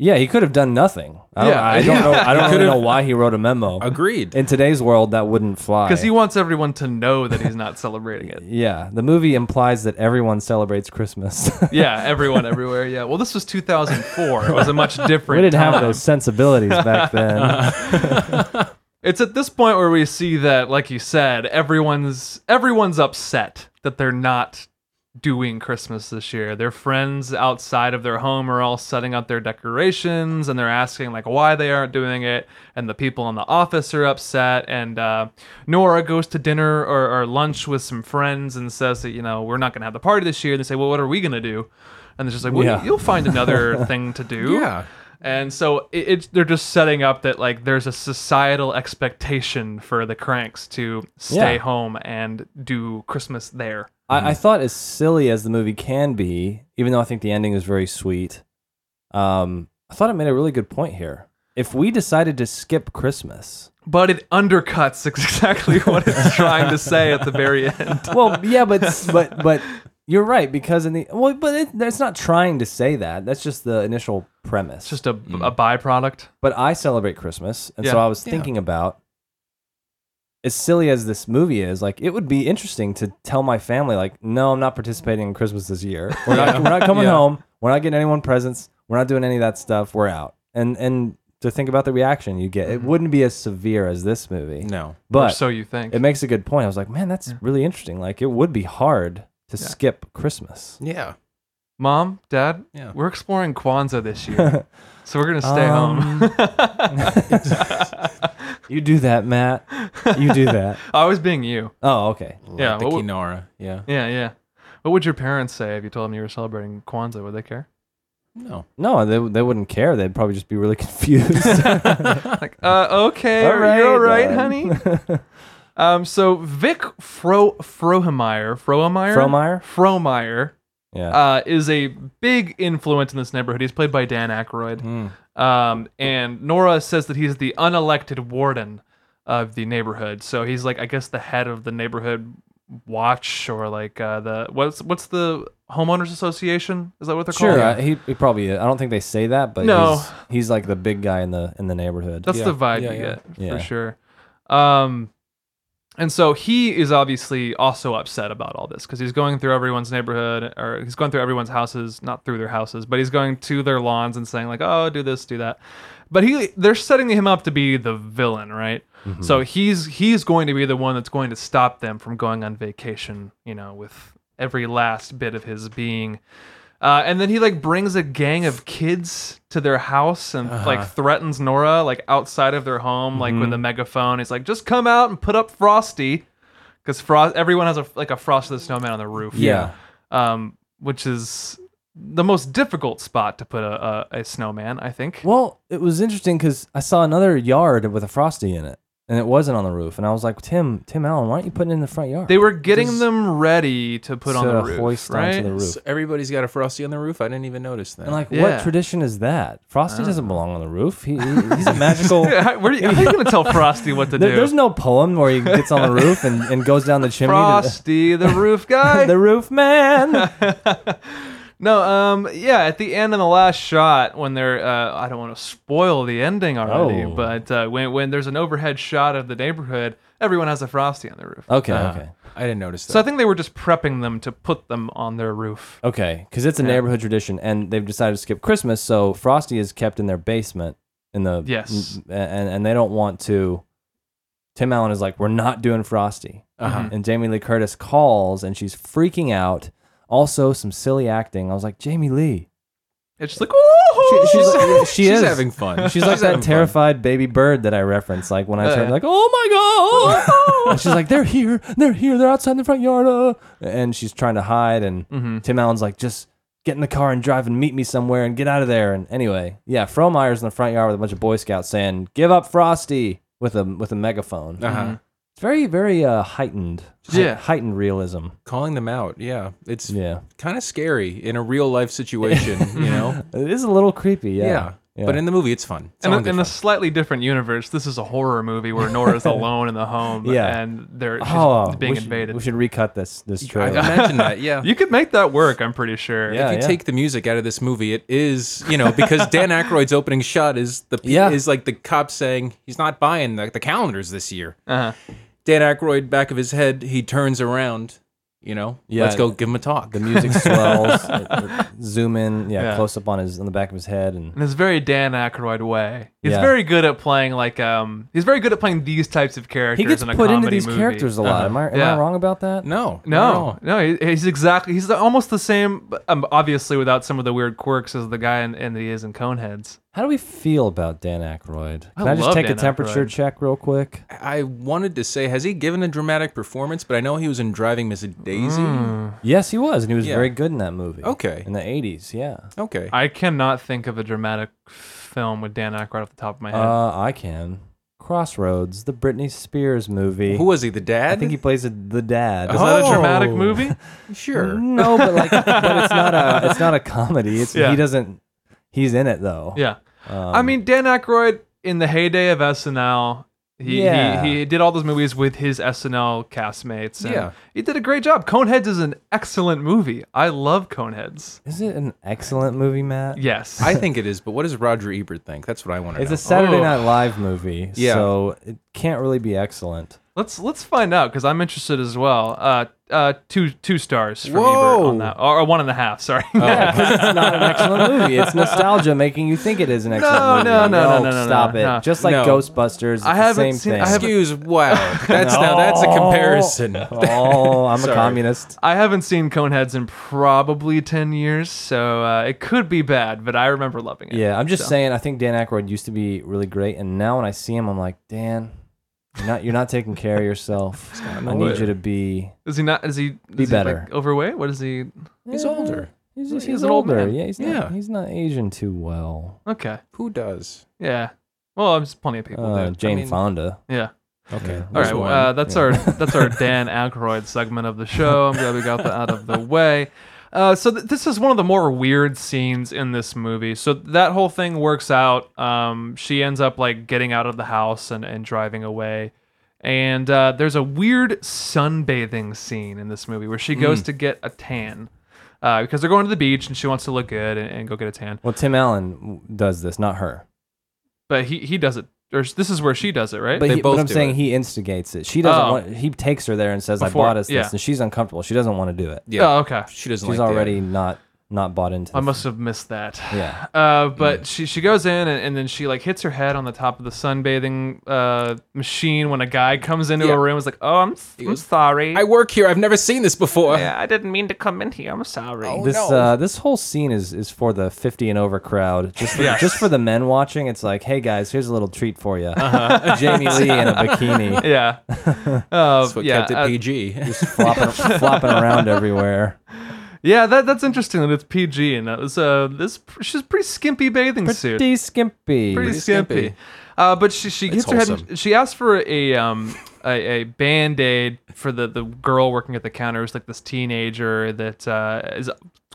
Yeah, he could have done nothing. I don't,
Yeah,
I don't
yeah.
know. I don't
He
really
could've-
know why he wrote a memo.
Agreed.
In today's world, that wouldn't fly.
Because he wants everyone to know that he's not celebrating it.
yeah, the movie implies that everyone celebrates Christmas.
Yeah, everyone everywhere. Yeah. Well, this was 2004. It was a much different
we didn't have
time.
those sensibilities back then.
It's at this point where we see that, like you said, everyone's everyone's upset that they're not doing Christmas this year. Their friends outside of their home are all setting up their decorations and they're asking like why they aren't doing it. And the people in the office are upset. And uh, Nora goes to dinner or, or lunch with some friends and says that you know we're not going to have the party this year. And they say, well, what are we going to do? And they're just like, well,
Yeah.
you'll find another thing to do.
Yeah.
And so it, it's they're just setting up that like there's a societal expectation for the cranks to stay
Yeah.
home and do Christmas there.
I, I thought as silly as the movie can be, even though I think the ending is very sweet. Um, I thought it made a really good point here. If we decided to skip Christmas,
But it undercuts exactly what it's trying to say at the very end.
well, yeah, but but but you're right because in the well, but it, it's not trying to say that. That's just the initial premise.
It's just a,
Hmm.
a byproduct.
but I celebrate Christmas, and so
Yeah.
I was thinking about as silly as this movie is, like it would be interesting to tell my family, like, no, I'm not participating in Christmas this year. We're not, we're not coming
Yeah.
home. We're not getting anyone presents. We're not doing any of that stuff. We're out. And and to think about the reaction you get, it wouldn't be as severe as this movie.
No.
Or
but
so you think.
it makes a good point. I was like, man, that's really interesting. Like, it would be hard to skip Christmas.
Yeah.
Mom, Dad,
Yeah.
we're exploring Kwanzaa this year. so we're gonna stay
Um,
home.
You do that, Matt. You do that.
I was being you.
Oh, okay.
Yeah,
Like the
what would-
Kinara. Yeah.
Yeah, yeah. What would your parents say if you told them you were celebrating Kwanzaa? Would they care?
No.
No, they, they wouldn't care. They'd probably just be really confused.
Like, uh, okay,
All
are you all
right,
right,
then.
honey? um, so Vic Fro Frohemeyer, Frohemeyer,
Frohmeyer?
Frohmeyer,
yeah.
uh, is a big influence in this neighborhood. He's played by Dan Aykroyd.
Hmm.
Um, and Nora says that he's the unelected warden of the neighborhood. So he's like, I guess, the head of the neighborhood watch or like uh, the what's what's the homeowners association? Is that what they're
sure.
called?
uh, he, he probably. I don't think they say that, but
No.
he's, he's like the big guy in the in the neighborhood.
That's the vibe
Yeah,
you
yeah.
get
Yeah.
for sure. Um, and so he is obviously also upset about all this because he's going through everyone's neighborhood or he's going through everyone's houses, not through their houses, but he's going to their lawns and saying like, "Oh, do this, do that." But he, they're setting him up to be the villain, right? So he's he's going to be the one that's going to stop them from going on vacation, you know, with every last bit of his being. Uh, and then he like brings a gang of kids to their house and like threatens Nora like outside of their home, like with a megaphone. He's like, "Just come out and put up Frosty," because Frost everyone has a like a Frosty the Snowman on the roof.
Yeah.
um, which is the most difficult spot to put a, a, a snowman, I think.
Well, it was interesting because I saw another yard with a frosty in it, and it wasn't on the roof. And I was like, Tim, Tim Allen, why aren't you putting it in the front yard?
They were getting them ready to put on
To
the roof,
hoist
right?
onto the roof.
So everybody's got a frosty on the roof. I didn't even notice that.
And like,
Yeah. Uh.
what tradition is that? Frosty doesn't belong on the roof. He, he- he's a magical.
Yeah, how, where do you, how are you gonna tell Frosty what to
There-
do?
there's no poem where he gets on the roof and, and goes down the chimney. To
Frosty, the roof guy.
the, the roof man.
No, um, yeah, at the end in the last shot, when they're, uh, I don't want to spoil the ending already,
Oh.
but uh, when when there's an overhead shot of the neighborhood, everyone has a frosty on their roof.
Okay,
Ah,
okay,
I didn't notice that.
So I think they were just prepping them to put them on their roof.
okay, because it's a neighborhood tradition, and they've decided to skip Christmas, so Frosty is kept in their basement in the
Yes.
n- and and they don't want to. Tim Allen is like, we're not doing Frosty,
Uh-huh.
and Jamie Lee Curtis calls, and she's freaking out. Also, some silly acting. I was like, Jamie Lee.
It's just like, oh,
She, she's like, she
she's
is
having fun.
She's like
having
that
fun.
terrified baby bird that I reference. Like when I turn,
yeah.
like, oh my god! And she's like, they're here, they're here, they're outside in the front yard, uh. and she's trying to hide. And Tim Allen's like, just get in the car and drive and meet me somewhere and get out of there. And anyway, yeah, Frohmeyer's in the front yard with a bunch of Boy Scouts saying, "Give up, Frosty," with a with a megaphone.
Uh-huh.
It's very very uh, heightened, hei-
Yeah.
heightened realism.
Calling them out. Yeah. It's
Yeah,
kind of scary in a real life situation, you know?
it is a little creepy. Yeah,
Yeah. But in the movie, it's fun. It's
In,
all
a,
in good
in a
fun.
slightly different universe, this is a horror movie where Nora's alone in the home
Yeah.
and they're she's
Oh,
being
we should,
invaded.
We should recut this this
I
trailer.
imagine that. Yeah.
you could make that work, I'm pretty sure.
Yeah.
if you take the music out of this movie, it is you know because Dan Aykroyd's opening shot is the
Yeah.
is like the cop saying he's not buying the, the calendars this year.
Uh-huh.
Dan Aykroyd, back of his head, he turns around. You know,
Yeah.
let's go give him a talk.
the music swells. it- it- zoom in. Yeah,
Yeah.
close up on his on the back of his head and
in his very Dan Aykroyd way. He's
Yeah.
very good at playing like um he's very good at playing these types of characters
he gets
in a
put into
comedy
these
movie.
characters a lot. Am I am
Yeah.
I wrong about that?
no, not at
No,
all.
no, he- he's exactly he's almost the same um, obviously without some of the weird quirks as the guy in, in that he is in Coneheads.
How do we feel about Dan Aykroyd?
I
Can I, just
love
take a
Dan
temperature
Aykroyd.
check real quick?
I wanted to say, has he given a dramatic performance? But I know he was in Driving Miss Daisy.
Mm. Yes, he was, and he was
Yeah.
very good in that movie.
Okay.
in the eighties, yeah.
Okay,
I cannot think of a dramatic film with Dan Aykroyd off the top of my head.
Uh, I can. Crossroads, the Britney Spears movie.
who was he? The dad?
I think he plays the- the dad. Oh,
is that a dramatic
oh.
movie?
sure.
No, but like, but it's not a, it's not a comedy. It's
Yeah.
he doesn't, he's in it though.
Yeah. I
Um,
mean, Dan Aykroyd in the heyday of SNL, he,
Yeah.
he, he did all those movies with his SNL castmates. and
Yeah.
He did a great job. Coneheads is an excellent movie. I love Coneheads.
Is it an excellent movie, Matt?
Yes.
I think it is. But what does Roger Ebert think? That's what I want to
It's
know.
a Saturday
Oh.
Night Live movie,
Yeah.
so it can't really be excellent.
let's let's find out because I'm interested as well. Uh, uh, two two stars from Ebert
Whoa.
on that, or, or one and a half. Sorry.
Yeah, because it's not an excellent movie. It's nostalgia making you think it is an excellent
No,
movie.
no, no, no, no, no,
stop
no,
it.
no.
Just like
No.
Ghostbusters, it's
I
the
haven't
same
seen-
thing.
I haven't-
Excuse wow. That's now that's a comparison.
oh, I'm a communist.
I haven't seen Coneheads in probably ten years, so uh, it could be bad. But I remember loving it.
Yeah, I'm just
So-
saying. I think Dan Aykroyd used to be really great, and now when I see him, I'm like, Dan, you're not you're not taking care of yourself. I need you to be.
Is he not? Is he?
Be
is he, like,
better.
overweight? What is he?
He's
Mm-hmm.
older.
He's,
He's
he's,
an old
older.
man.
yeah, he's not,
Yeah.
he's not Asian too well.
Okay.
Who does?
Yeah. Well, there's plenty of people.
Uh,
do.
Jane
mean-
Fonda.
Yeah.
Okay.
All
there's
right.
one.
Well, uh, that's our that's our Dan Aykroyd segment of the show. I'm glad we got that out of the way. Uh, so th- this is one of the more weird scenes in this movie. So that whole thing works out. Um, she ends up like getting out of the house and, and driving away. And uh, there's a weird sunbathing scene in this movie where
Hmm.
she goes to get a tan uh, because they're going to the beach and she wants to look good and, and go get a tan.
Well, Tim Allen w- does this, not her.
But he he does it. Or s- this is where she does it, right?
But,
They
he,
both
but I'm
do
saying
it.
he instigates it. She doesn't
Oh.
want. He takes her there and says,
Before-
"I bought us this,"
yeah.
and she's uncomfortable. She doesn't want to do it.
yeah.
Oh, okay.
She doesn't.
She's
like the-
already not not bought into.
I
the-
must have missed that.
Yeah.
Uh, but she she goes in and, and then she like hits her head on the top of the sunbathing uh, machine when a guy comes into
Yeah.
a room. Is like, oh, I'm, s- I'm sorry.
I work here. I've never seen this before.
yeah, I didn't mean to come in here. I'm sorry.
This uh, this whole scene is is for the 50 and over crowd. Just for,
Yes.
just for the men watching, it's like, hey guys, here's a little treat for you.
Uh-huh.
Jamie Lee in a bikini,
yeah. Uh,
That's what
yeah.
kept it
uh,
PG.
flopping, flopping around everywhere.
yeah. That, that's interesting that it's PG and that was uh this she's a pretty skimpy bathing suit.
Pretty
pretty
skimpy.
Pretty
skimpy.
skimpy.
Uh, but she she gets her
wholesome.
head. She asks for a um a, a band aid for the the girl working at the counter who's like this teenager that uh, is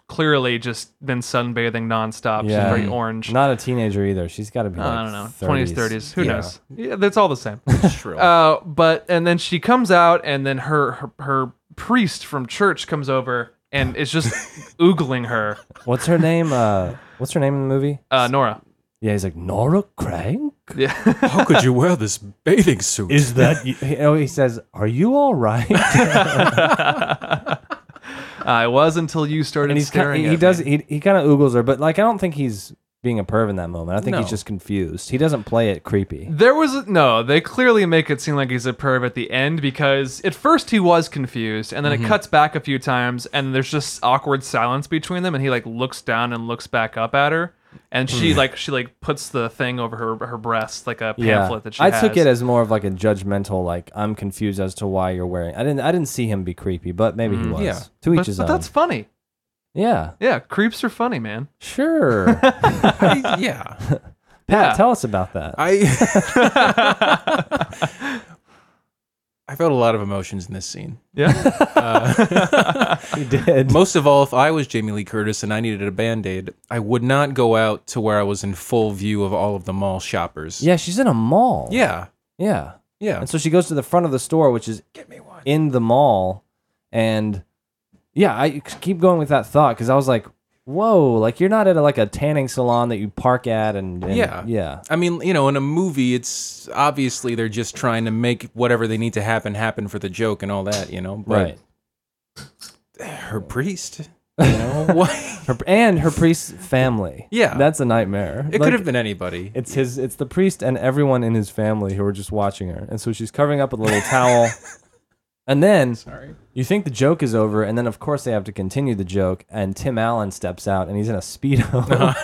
clearly just been sunbathing nonstop.
Yeah.
She's very orange.
Not a teenager either. She's got to be.
Uh,
like
I don't know, twenties, thirties. Who
Yeah.
knows? Yeah, that's all the same.
Shrill.
Uh, but and then she comes out, and then her her, her priest from church comes over and is just oogling her.
What's her name? Uh, what's her name in the movie?
Uh, Nora.
Yeah, he's like Nora Crank.
How could you wear this bathing suit?
Is that? You? He, oh, he says, "Are you all right?"
I was until you started
and he's
staring.
kind he
at
does.
me.
He he kind of oogles her, but like I don't think he's being a perv in that moment. I think
No.
he's just confused. He doesn't play it creepy.
There was a- no. They clearly make it seem like he's a perv at the end because at first he was confused, and then
Mm-hmm.
it cuts back a few times, and there's just awkward silence between them, and he like looks down and looks back up at her, and
Hmm.
she like she like puts the thing over her her breast like a pamphlet that she.
I
has.
took it as more of like a judgmental, like I'm confused as to why you're wearing. I didn't. I didn't see him be creepy, but maybe he was.
Yeah.
To each
Mm, but,
his
but
own.
that's funny.
yeah,
Yeah, creeps are funny, man.
sure.
I, yeah.
Pat, tell us about that.
I. I felt a lot of emotions in this scene.
Yeah.
He did.
Most of all, if I was Jamie Lee Curtis and I needed a band aid, I would not go out to where I was in full view of all of the mall shoppers.
yeah, she's in a mall.
Yeah.
Yeah.
Yeah.
And so she goes to the front of the store, which is
Get me one.
in the mall. And yeah, I keep going with that thought because I was like, whoa, like you're not at a, like a tanning salon that you park at. And, and-
Yeah.
Yeah.
I mean, you know, in a movie, it's obviously they're just trying to make whatever they need to happen happen for the joke and all that, you know.
Right.
Her priest, you know, what?
Her, and her priest's family.
Yeah.
That's a nightmare.
It
Like,
could have been anybody.
It's his. It's the priest and everyone in his family who are just watching her, and so she's covering up with a little towel. And then you think the joke is over, and then of course they have to continue the joke. And Tim Allen steps out, and he's in a speedo,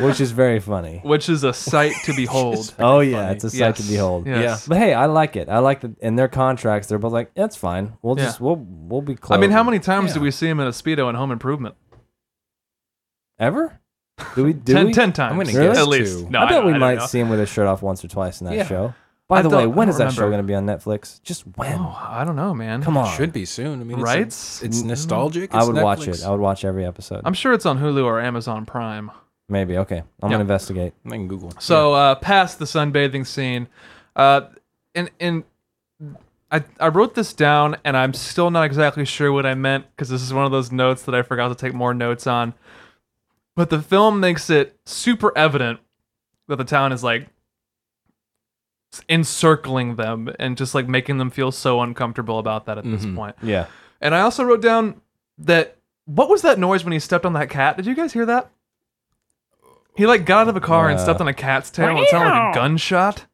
which is very funny.
Which is a sight to behold.
Oh yeah, it's a sight to behold.
Yes.
But hey, I like it. I like that in their contracts. They're both like, "That's fine. We'll
Yeah.
just we'll we'll be close."
I mean, how many times do we see him in a speedo in Home Improvement?
ever? Do we do
Ten,
we?
ten times.
I'm gonna
Really?
guess
At least.
two.
No,
I bet
don't-
we
don't
might
know.
see him with his shirt off once or twice in that
Yeah.
show. By
I
the
don't-
way,
I don't
when is that show
remember.
going to be on Netflix? Just when?
Oh, I don't know, man.
Come on.
Should be soon. I mean,
Right?
It's, it's nostalgic.
Mm-hmm. I
it's
would watch
Netflix.
it. I would watch every episode.
I'm sure it's on Hulu or Amazon Prime.
Maybe. Okay. I'm
Yeah.
gonna investigate.
I can Google.
So uh, past the sunbathing scene, uh, and and I I wrote this down, and I'm still not exactly sure what I meant because this is one of those notes that I forgot to take more notes on. But the film makes it super evident that the town is like encircling them and just like making them feel so uncomfortable about that at this point.
Yeah.
And I also wrote down that what was that noise when he stepped on that cat? Did you guys hear that? He like got out of a car and
Uh,
stepped on a cat's tail and it sounded like a gunshot.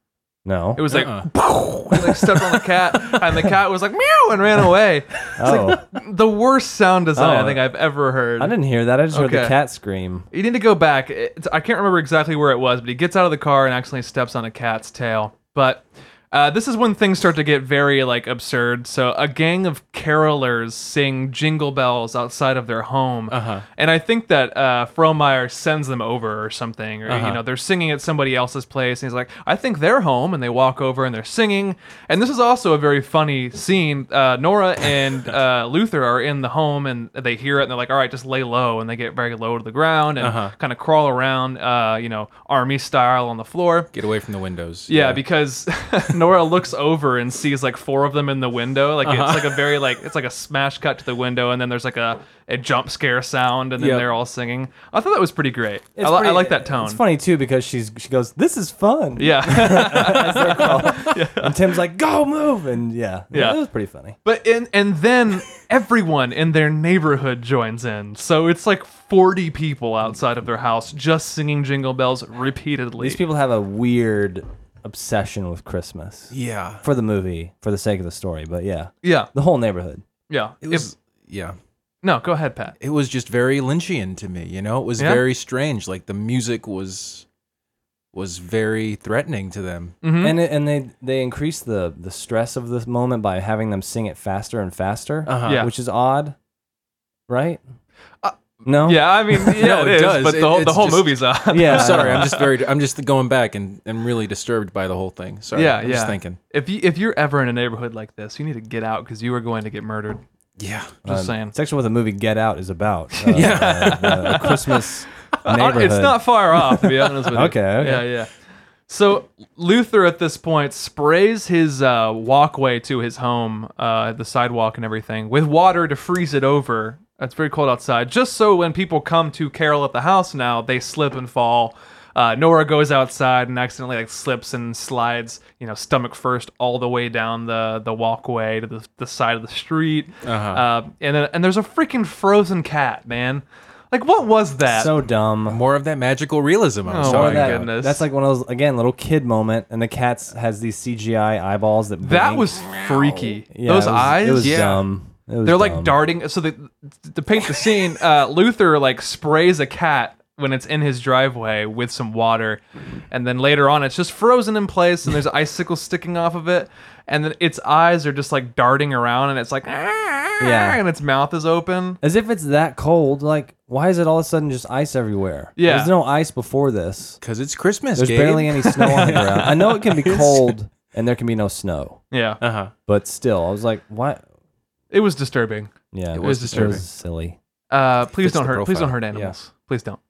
No.
It was like,
Uh-uh.
"Pow!" and, like stepped on the cat and the cat was like meow and ran away.
oh,
The worst sound design I
Oh.
think I've ever heard.
I didn't hear that. I just heard
Okay.
the cat scream.
You need to go back. It's, I can't remember exactly where it was, but he gets out of the car and accidentally steps on a cat's tail. But uh, this is when things start to get very like absurd. So a gang of carolers sing jingle bells outside of their home,
Uh-huh.
and I think that uh, Frohmeyer sends them over or something, or you
Uh-huh.
know they're singing at somebody else's place, and he's like, "I think they're home," and they walk over and they're singing. And this is also a very funny scene. Uh, Nora and uh, Luther are in the home, and they hear it, and they're like, "All right, just lay low," and they get very low to the ground and
Uh-huh.
kind of crawl around, uh, you know, army style on the floor.
Get away from the windows.
Yeah, because Nora looks over and sees like four of them in the window. Like
Uh-huh.
it's like a very like it's like a smash cut to the window, and then there's like a, a jump scare sound, and then
Yep.
they're all singing. I thought that was pretty great. I, li- I like that tone.
uh, It's funny too because she's she goes, "This is fun."
Yeah,
And Tim's like, "Go move!" And yeah,
Yeah.
it was pretty funny.
but and and then everyone in their neighborhood joins in, so it's like forty people outside of their house just singing Jingle Bells repeatedly.
These people have a weird obsession with Christmas
Yeah.
for the movie, for the sake of the story. But yeah,
yeah,
the whole neighborhood.
yeah.
It
If-
was. yeah.
no, go ahead, Pat.
It was just very Lynchian to me. You know, it was
Yeah.
very strange. Like the music was was very threatening to them.
Mm-hmm.
And it, and they they increase the the stress of this moment by having them sing it faster and faster,
Uh-huh.
Yeah. Uh,
which is odd, right? no.
Yeah, I mean, yeah,
No,
it
it
is,
does.
but the
It-
whole the
it's
whole
just-
movie's on.
Yeah.
I'm sorry. I'm just very. I'm just going back and and really disturbed by the whole thing. Sorry.
Yeah,
I'm
yeah.
Just thinking.
If you if you're ever in a neighborhood like this, you need to get out because you are going to get murdered.
Yeah.
Just saying.
It's actually what the movie Get Out is about. Uh, yeah. the Christmas
Uh,
neighborhood.
It's not far off, to be honest with you.
Okay, okay.
Yeah, yeah. So Luther at this point sprays his uh, walkway to his home, uh, the sidewalk and everything, with water to freeze it over. It's very cold outside. Just so when people come to Carol at the house now, they slip and fall. Uh, Nora goes outside and accidentally like slips and slides, you know, stomach first all the way down the the walkway to the, the side of the street.
Uh-huh.
Uh, and then, and there's a freaking frozen cat, man. Like what was that?
so dumb.
More of that magical realism. I was
Oh,
talking
my
about.
That-
goodness.
That's like one of those again little kid moment, and the cat's has these CGI eyeballs that
That
blink.
was freaky.
Yeah,
Those
it was-
eyes.
It was
Yeah.
dumb. It was
They're like
dumb.
darting. So the, to paint the scene, uh, Luther like sprays a cat when it's in his driveway with some water, and then later on it's just frozen in place and there's icicles sticking off of it, and then its eyes are just like darting around and it's like yeah, and its mouth is open.
As if it's that cold. Like, why is it all of a sudden just ice everywhere?
Yeah.
There's no ice before this.
Because it's Christmas.
There's
Gabe.
barely any snow on the ground. I know it can be cold and there can be no snow.
Yeah.
Uh huh.
But still, I was like, what?
It was disturbing.
Yeah,
It was disturbing.
silly.
Uh, please
Fits
don't
the
hurt. Please don't
profile.
hurt animals. Please don't.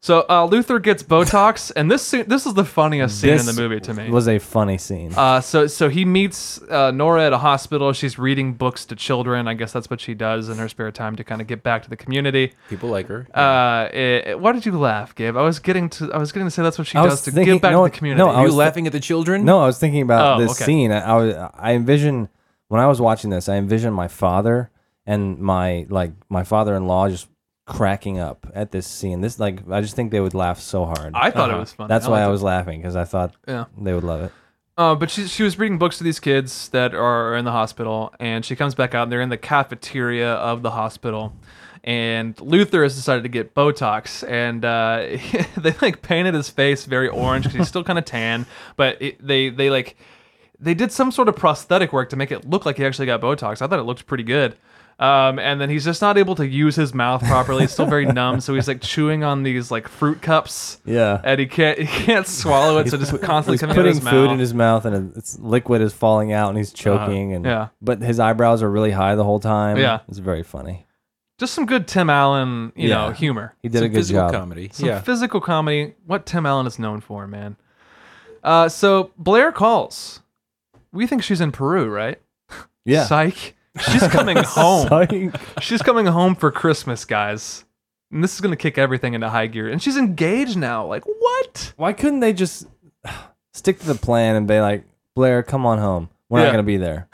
So uh, Luther gets Botox, and this scene, this is the funniest scene in
This
the movie to me.
was a funny scene.
Uh, so so he meets uh, Nora at a hospital. She's reading books to children. I guess that's what she does in her spare time to kind of get back to the community.
People like her.
Uh, it- it- why did you laugh, Gabe? I was getting to I was getting to say that's what she
I was
does to
thinking-
give back
no,
to the community.
no, I
Are
was
you
th-
laughing at the children?
No, I was thinking about
Oh,
this
okay.
scene. I, I was I envision when I was watching this, I envisioned my father and my like my father in law just cracking up at this scene. This like I just think they would laugh so hard.
I thought it was funny.
That's
I
why
liked
I
it.
was laughing because I thought
Yeah.
they would love it.
Uh, but she she was reading books to these kids that are in the hospital, and she comes back out, and they're in the cafeteria of the hospital. And Luther has decided to get Botox, and uh, they like painted his face very orange because he's still kind of tan. But it, they they like they did some sort of prosthetic work to make it look like he actually got Botox. I thought it looked pretty good. Um, and then he's just not able to use his mouth properly. He's still very numb, so he's like chewing on these like fruit cups.
Yeah.
and he can't he can't swallow it, so just constantly
He's
coming out of
putting
his
food
mouth. Uh-huh.
in his mouth, and it's liquid is falling out, and he's choking. And
Yeah.
but his eyebrows are really high the whole time.
Yeah.
it's very funny.
just some good Tim Allen, you know,
Yeah.
humor.
He did
Some
a good
physical
job.
comedy.
Some
yeah.
physical comedy. What Tim Allen is known for, man. Uh, so Blair calls. We think she's in Peru, right?
Yeah,
Psych. She's coming home.
Psych.
she's coming home for Christmas, guys. And this is gonna kick everything into high gear. And she's engaged now. Like what?
Why couldn't they just stick to the plan and be like, Blair, come on home. We're
Yeah.
not gonna be there.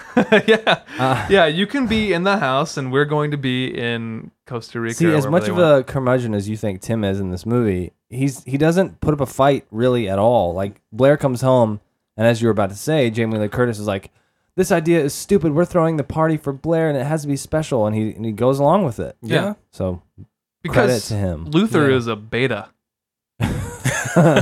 yeah,
Uh.
yeah. You can be in the house, and we're going to be in Costa Rica.
See,
or
as
wherever
much
they
of
want.
a curmudgeon as you think Tim is in this movie, he's he doesn't put up a fight really at all. Like Blair comes home, and as you were about to say, Jamie Lee Curtis is like, "This idea is stupid. We're throwing the party for Blair, and it has to be special." And he and he goes along with it.
yeah.
Yeah.
So
because
to him.
Luther
Yeah.
is a beta.
he,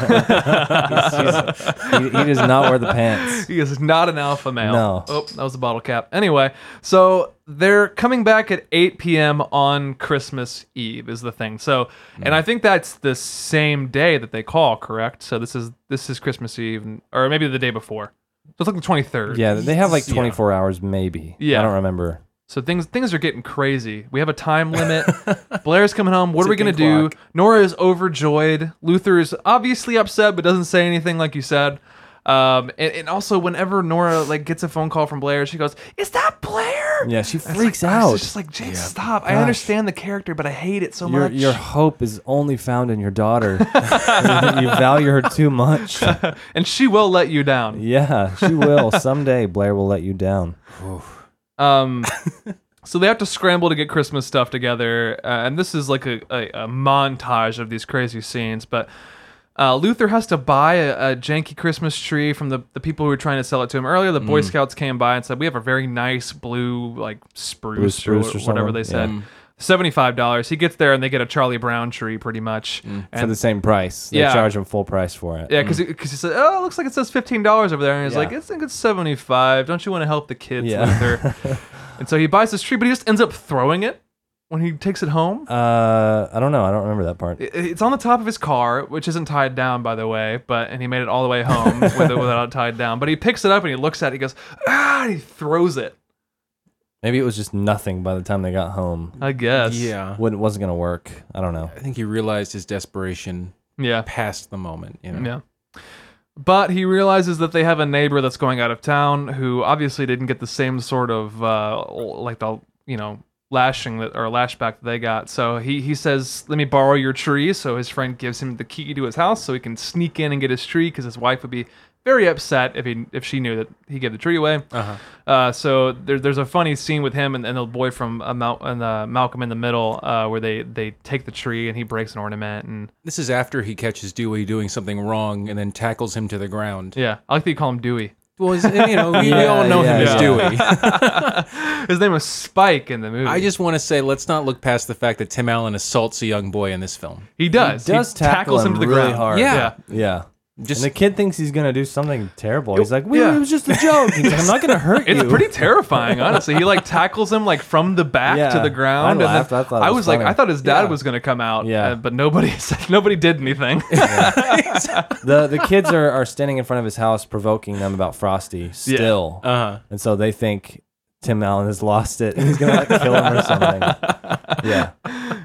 he does not wear the pants.
He is not an alpha male.
No.
Oh, that was a bottle cap. Anyway, so they're coming back at 8 p.m. on Christmas Eve is the thing. So, and I think that's the same day that they call, correct? So this is this is Christmas Eve, and- or maybe the day before. So it's like the 23rd.
Yeah, they have like
Yeah.
24 hours, maybe.
Yeah.
I don't remember.
So things things are getting crazy. We have a time limit. Blair's coming home. What are we gonna
Ticking
do?
clock.
Nora is overjoyed. Luther is obviously upset, but doesn't say anything, like you said. Um, and, and also, whenever Nora like gets a phone call from Blair, she goes, "Is that Blair?"
Yeah, she
And it's
freaks
like, I
out.
was just like, "Jane, stop! I understand the character, but I hate it so
Your,
much."
your hope is only found in your daughter. you value her too much.
and she will let you down.
Yeah, she will. Someday Blair will let you down.
Um, so they have to scramble to get Christmas stuff together, uh, and this is like a, a, a montage of these crazy scenes. But uh, Luther has to buy a, a janky Christmas tree from the, the people who were trying to sell it to him earlier. The
Mm.
Boy Scouts came by and said, "We have a very nice blue like spruce,
spruce
or,
or
whatever
something,
they
yeah.
said." Seventy-five dollars. He gets there and they get a Charlie Brown tree, pretty much.
For
And
the same price. They
Yeah.
charge him full price for it.
yeah, because because he said, "Oh, it looks like it says fifteen dollars over there," and he's
Mm.
like,
Yeah.
"I think it's seventy-five. Don't you want to help the kids,
Yeah.
Luther?" and so he buys this tree, but he just ends up throwing it when he takes it home.
Uh, I don't know. I don't remember that part.
I- It's on the top of his car, which isn't tied down, by the way. But and he made it all the way home with it without it tied down. But he picks it up and he looks at it. He goes, "Ah!" and he throws it.
Maybe it was just nothing by the time they got home.
I guess.
Yeah.
Wouldn't wasn't gonna work. I don't know.
I think he realized his desperation
Yeah.
past the moment. You know?
Yeah. But he realizes that they have a neighbor that's going out of town who obviously didn't get the same sort of uh, like the you know lashing that or lashback that they got. So he he says, "Let me borrow your tree." So his friend gives him the key to his house so he can sneak in and get his tree because his wife would be very upset if he if she knew that he gave the tree away. Uh-huh. so there, there's a funny scene with him and, and the boy from uh, Mal- and, uh, Malcolm in the Middle uh, where they they take the tree and he breaks an ornament and
This is after he catches Dewey doing something wrong and then tackles him to the ground.
yeah, I like that you call him Dewey.
Well, he's- you know, we, we
Yeah,
all know him
yeah,
as
yeah.
Dewey.
His name was Spike in the movie.
I just want to say, let's not look past the fact that Tim Allen assaults a young boy in this film.
he does.
He does tackle him really hard.
Yeah.
Yeah.
Just
And the kid thinks he's gonna do something terrible. He's like, "Wait,
Yeah.
it was just a joke. He's like, I'm not gonna hurt
It's
you."
pretty terrifying, honestly. He like tackles him like from the back to
Yeah.
the ground.
I
and then-
laughed. I thought it
I
was
was like,
funny.
I thought his dad
Yeah.
was gonna come out.
Yeah.
uh, but nobody said nobody did anything.
the the kids are, are standing in front of his house, provoking them about Frosty still,
uh-huh.
and so they think Tim Allen has lost it and he's gonna like, kill him or something. Yeah,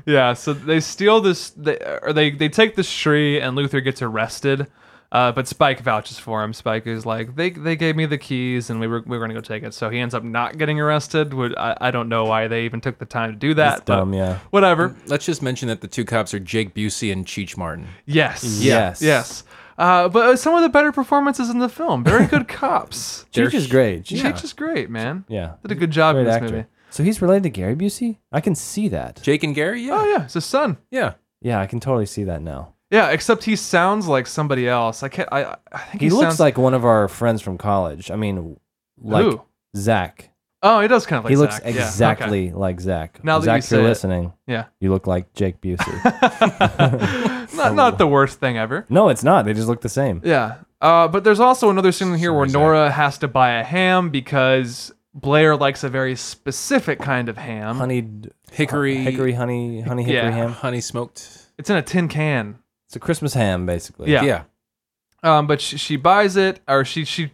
yeah. So they steal this. They, or they they take this tree, and Luther gets arrested. Uh, but Spike vouches for him. Spike is like, they they gave me the keys, and we were we were gonna go take it. So he ends up not getting arrested. Would I, I don't know why they even took the time to do that. but
dumb, yeah.
Whatever.
Let's just mention that the two cops are Jake Busey and Cheech Martin.
Yes.
Yes.
Yes. Uh, but uh, some of the better performances in the film. Very good cops.
Cheech is great. Cheech-
Cheech is great, man.
Yeah.
Did a good job
great
in this
actor.
movie.
So he's related to Gary Busey. I can see that.
Jake and Gary, yeah,
Oh yeah, it's his son.
yeah.
Yeah, I can totally see that now.
Yeah, except he sounds like somebody else. I can't. I, I think
He,
he,
looks
sounds,
like one of our friends from college. I mean, like
Who?
Zach.
Oh, he does kind of like.
he looks
Zach. Yeah, okay.
exactly like Zach.
Now that
Zach,
you
if
say
you're
it.
listening,
Yeah.
you look like Jake Busey.
Not not the worst thing ever.
no, it's not. They just look the same.
Yeah. Uh, but there's also another scene in here where Nora has to buy a ham because Blair likes a very specific kind of ham.
Honeyed
Hickory,
hickory honey honey hickory
Yeah.
ham.
honey smoked.
It's in a tin can.
It's a Christmas ham, basically.
Yeah.
yeah.
Um, but she, she buys it, or she she.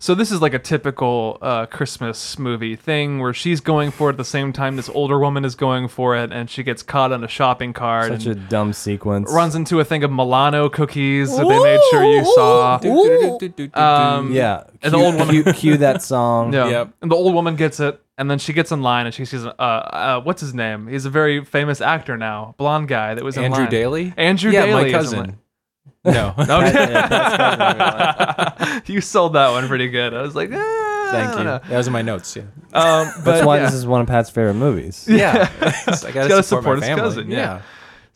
So this is like a typical uh, Christmas movie thing where she's going for it at the same time this older woman is going for it, and she gets caught on a shopping cart
Such a
and
dumb sequence.
runs into a thing of Milano cookies that they made sure you saw. Um,
Yeah.
And the old woman-
cue, cue that song.
Yeah.
Yep.
And the old woman gets it, and then she gets in line and she sees uh, uh what's his name? He's a very famous actor now, blonde guy that was in
Andrew
line.
Daly.
Andrew
yeah,
Daly
my
is in
cousin. No,
Okay. you sold that one pretty good. I was like, eh, I
thank
don't
you.
know.
That was in my notes. Yeah,
Um, but
That's why
yeah.
this is one of Pat's favorite movies.
yeah. I gotta,
gotta
support,
support
my
his
family.
cousin, yeah.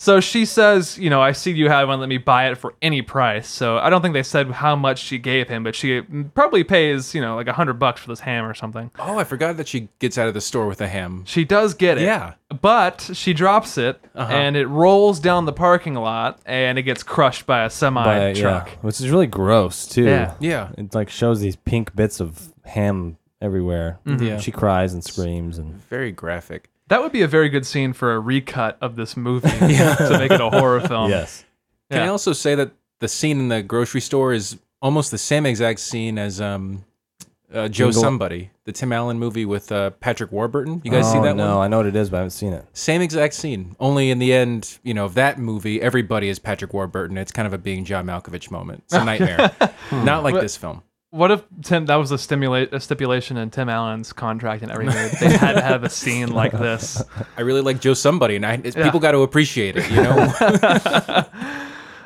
So she says, you know, I see you had one. Let me buy it for any price. So I don't think they said how much she gave him, but she probably pays, you know, like a hundred bucks for this ham or something.
Oh, I forgot that she gets out of the store with a ham.
She does get it.
Yeah.
But she drops it
Uh-huh.
and it rolls down the parking lot and it gets crushed by a semi
By-
truck.
yeah. Which is really gross too.
Yeah.
Yeah.
It like shows these pink bits of ham everywhere.
Mm-hmm.
Yeah.
She cries and screams and
Very graphic.
That would be a very good scene for a recut of this movie to make it a horror film.
yes.
Can I
Yeah.
also say that the scene in the grocery store is almost the same exact scene as um, uh, Joe
Jingle-
Somebody, the Tim Allen movie with uh, Patrick Warburton? You guys see
Oh,
that
no,
one?
I know what it is, but I haven't seen it.
Same exact scene. Only in the end, you know, of that movie, everybody is Patrick Warburton. It's kind of a being John Malkovich moment. It's a nightmare. Not like this film.
What if Tim? That was a stimulate a stipulation in Tim Allen's contract and everything. They had to have a scene like this.
I really like Joe Somebody, and I, it's, people got to appreciate it. You know,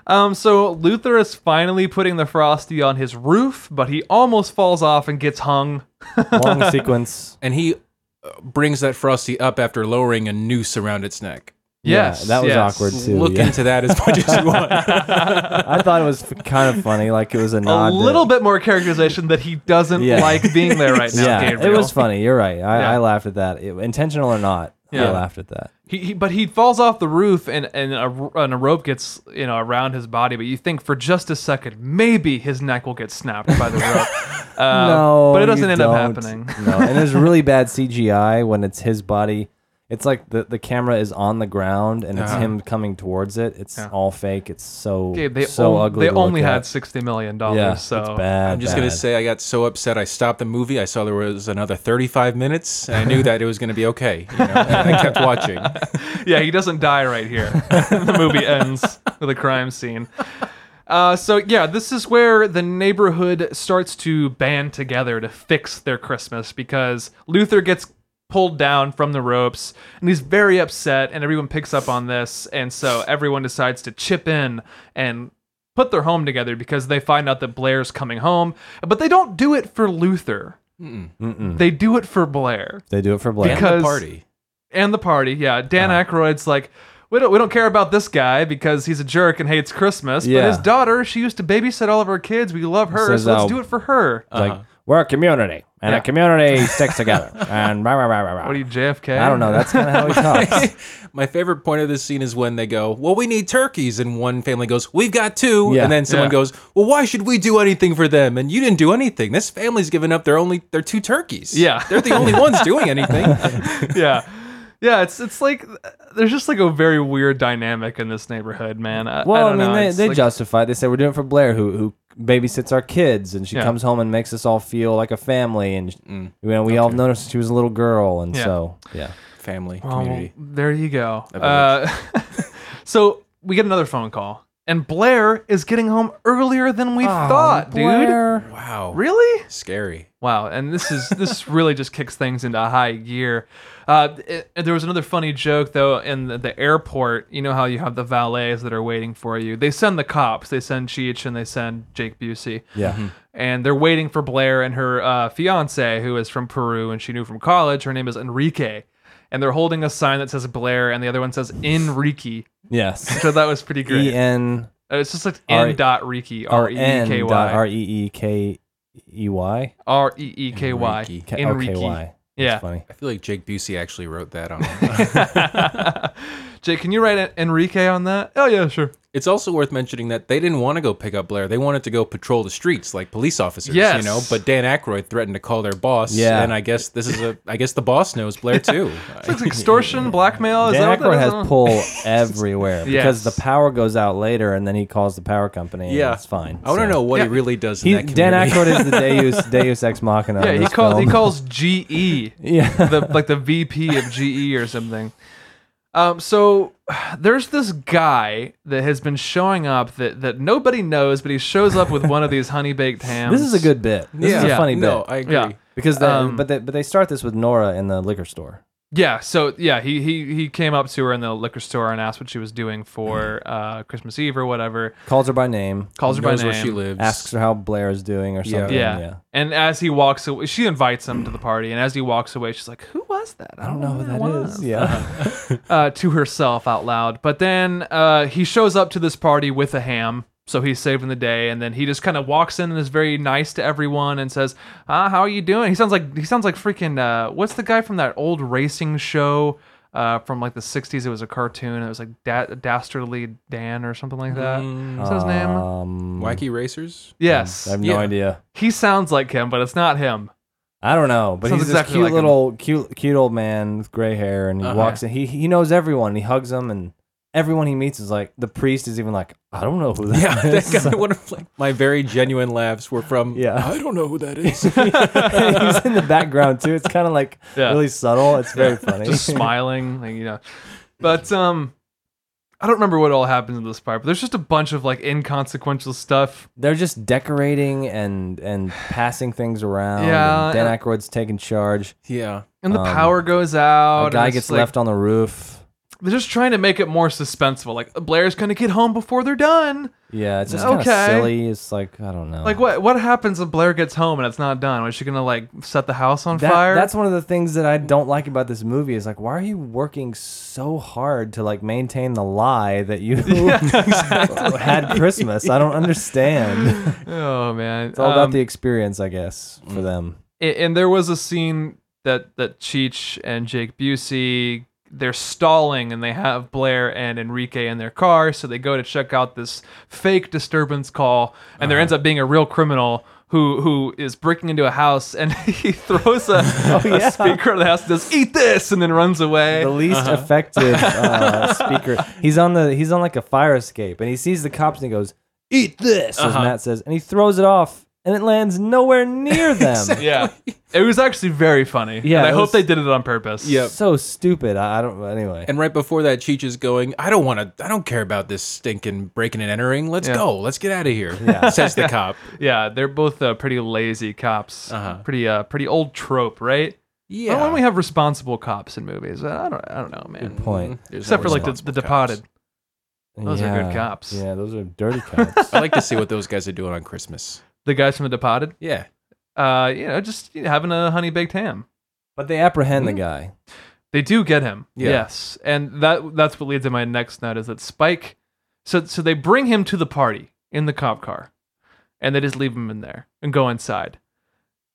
Um, so Luther is finally putting the frosty on his roof, but he almost falls off and gets hung.
Long sequence.
and he uh, brings that frosty up after lowering a noose around its neck.
Yes,
yeah, that was
yes.
awkward too.
Look
yeah.
into that as much as you want.
I thought it was f- kind of funny, like it was a
A
nod. to-
little bit more characterization that he doesn't
Yeah.
like being there right now.
Yeah,
Gabriel.
it was funny. You're right. I,
Yeah.
I laughed at that, It- intentional or not.
Yeah.
I laughed at that.
He, he, but he falls off the roof and and a, and a rope gets you know around his body. But you think for just a second, maybe his neck will get snapped by the rope. Uh,
no,
but it doesn't
you
end up
don't.
happening.
No, and there's really bad CGI when it's his body. It's like the, the camera is on the ground and it's
Uh-huh.
him coming towards it. It's all fake. It's so
Gabe, they
so
on-
ugly.
They
to look
only
at.
had sixty million dollars.
yeah,
so
it's bad.
I'm just gonna
bad.
say I got so upset I stopped the movie. I saw there was another 35 minutes, and I knew that it was gonna be okay. You know? and I kept watching.
yeah, he doesn't die right here. the movie ends with a crime scene. Uh, so yeah, this is where the neighborhood starts to band together to fix their Christmas because Luther gets pulled down from the ropes and he's very upset, and everyone picks up on this, and so everyone decides to chip in and put their home together because they find out that Blair's coming home, but they don't do it for Luther. They do it for Blair
they do it for Blair.
And the
Because-
party.
and the party. Yeah, Dan
Uh-huh.
Aykroyd's like, we don't we don't care about this guy because he's a jerk and hates Christmas.
Yeah.
But his daughter, she used to babysit all of our kids. We love her,
Says uh,
so let's
how-
do it for her.
Like, We're a community, and
uh-huh. Yeah.
a community sticks together. And rah, rah, rah, rah, rah.
What are you, JFK?
I don't know. That's kind of how he talks.
My favorite point of this scene is when they go, "Well, we need turkeys," and one family goes, "We've got two.
Yeah.
and then someone
Yeah.
goes, "Well, why should we do anything for them?" And you didn't do anything. This family's giving up their only their two turkeys.
Yeah.
they're the only ones doing anything.
yeah. Yeah, it's it's like there's just like a very weird dynamic in this neighborhood, man. I,
Well,
I,
I,
don't
mean,
know.
they,
It's
they
like-
justify. it. They say we're doing it for Blair, who who babysits our kids, and she
Yeah. Mm.
comes home and makes us all feel like a family. And you know, we all noticed she was a little girl, and
Yeah.
so yeah,
Family,
Oh, well,
community.
there you go. Uh, so we get another phone call, and Blair is getting home earlier than we thought, er,
Blair.
Wow,
dude. Really?
scary.
Wow, and this is this really just kicks things into high gear. Uh, it- there was another funny joke though in the, the airport. You know how you have the valets that are waiting for you. They send the cops. They send Cheech and they send Jake Busey.
Yeah,
And they're waiting for Blair and her uh, fiance, who is from Peru and she knew from college. Her name is Enrique. And they're holding a sign that says Blair and the other one says Enrique.
yes.
So that was pretty great.
E N
Uh, it's just like
R-
N dot Ricky, R
R
E E K
N dot R
Y.
E E K E Y
R E E K Y.
Enrique.
K- oh, K
Enrique.
Y.
Yeah.
That's funny.
I feel like Jake Busey actually wrote that on.
Jake, can you write En- Enrique on that? Oh yeah, sure.
it's also worth mentioning that they didn't want to go pick up Blair. They wanted to go patrol the streets like police officers,
Yes.
you know. But Dan Aykroyd threatened to call their boss.
Yeah.
and I guess this is a. I guess the boss knows Blair too.
It's like extortion, blackmail. Oh, Is
Dan
that what
Aykroyd
that
has
is?
pull everywhere
Yes.
because the power goes out later, and then he calls the power company. And
Yeah.
it's fine.
I want to
So-
know what
Yeah.
he really does. In
He,
that
Dan
community.
Aykroyd is the Deus Deus ex machina. of
Yeah, he
this
calls he
film.
calls GE.
Yeah.
the like the VP of GE or something. Um, so there's this guy that has been showing up that that nobody knows, but he shows up with one of these honey baked hams.
This is a good bit. This is a
Yeah.
funny
no,
bit.
I agree.
yeah.
because they,
um,
but they, but they start this with Nora in the liquor store.
Yeah, so yeah, he he he came up to her in the liquor store and asked what she was doing for uh, Christmas Eve or whatever.
Calls her by name,
Calls her by
Knows
name.
where she lives.
asks her how Blair is doing or something.
Yeah.
Yeah.
And as he walks away, she invites him to the party. And as he walks away, she's like, Who was that?
I don't know who
who
that is.
was."
Yeah.
Uh, to herself out loud. But then uh, he shows up to this party with a ham. So he's saving the day. And then he just kind of walks in and is very nice to everyone and says, Ah, how are you doing? He sounds like, he sounds like freaking, uh, what's the guy from that old racing show? Uh, from like the 60s, it was a cartoon. It was like da- Dastardly Dan or something like that. What's his name?
Um,
Wacky racers.
Yes.
I have no
Yeah.
idea.
He sounds like him, but it's not him.
I don't know, but
Sounds
he's
exactly
this cute
like him.
little cute cute old man with gray hair, and he
Uh-huh.
walks in. He he knows everyone. He hugs them, and everyone he meets is like the priest is even like I don't know who that
Yeah,
is."
that guy, one of like, my very genuine laughs were from.
Yeah.
I don't know who that is.
he's in the background too. It's kind of like
Yeah.
really subtle. It's very funny.
just smiling, like, you know. But um, I don't remember what all happens in this part. But there's just a bunch of like inconsequential stuff.
They're just decorating and and passing things around.
Yeah,
and Dan
and-
Aykroyd's taking charge.
yeah.
And the
Um,
power goes out.
A
and
guy
it's
gets
Oh, like-
left on the roof.
They're just trying to make it more suspenseful. Like Blair's gonna get home before they're done.
Yeah, it's just kind of
Okay.
silly. It's like I don't know.
Like what? What happens if Blair gets home and it's not done? Is she gonna like set the house on
That,
fire?
That's one of the things that I don't like about this movie is like, why are you working so hard to like maintain the lie that you had Christmas? I don't understand.
oh man,
It's all about
Um,
the experience, I guess, for them.
and, and there was a scene that that Cheech and Jake Busey they're stalling and they have Blair and Enrique in their car, so they go to check out this fake disturbance call, and
Uh-huh.
there ends up being a real criminal. Who, who is breaking into a house and he throws a, a speaker at the house and says eat this and then runs away
Oh, the least
Uh-huh.
effective uh, speaker. He's on the he's on like a fire escape, and he sees the cops and he goes, "Eat this," as
Uh-huh.
Matt says, and he throws it off, and it lands nowhere near them.
yeah it was actually very funny
Yeah,
and I
it
hope
was-
they did it on purpose
Yep.
So stupid. I, I don't. Anyway,
And right before that, Cheech is going, I don't want to, I don't care about this stinking breaking and entering. Let's
Yeah.
go. Let's get out of here. Yeah. Says the cop.
Oh,
yeah they're both uh, pretty lazy cops
Uh-huh.
pretty uh pretty old trope right
Yeah.
Why don't we have responsible cops in movies? uh, I don't, I don't know, man.
point.
There's
Except
no
for like the, the
responsible
Departed.
cops.
Those are good cops.
Yeah, those are dirty cops.
I like to see what those guys are doing on Christmas.
The guys from the Departed.
Yeah.
Uh, you know, just you know, having a honey baked ham.
but they apprehend
Mm-hmm.
the guy.
They do get him.
Yeah.
Yes, and that that's what leads to my next note is that Spike. So so they bring him to the party in the cop car, and they just leave him in there and go inside.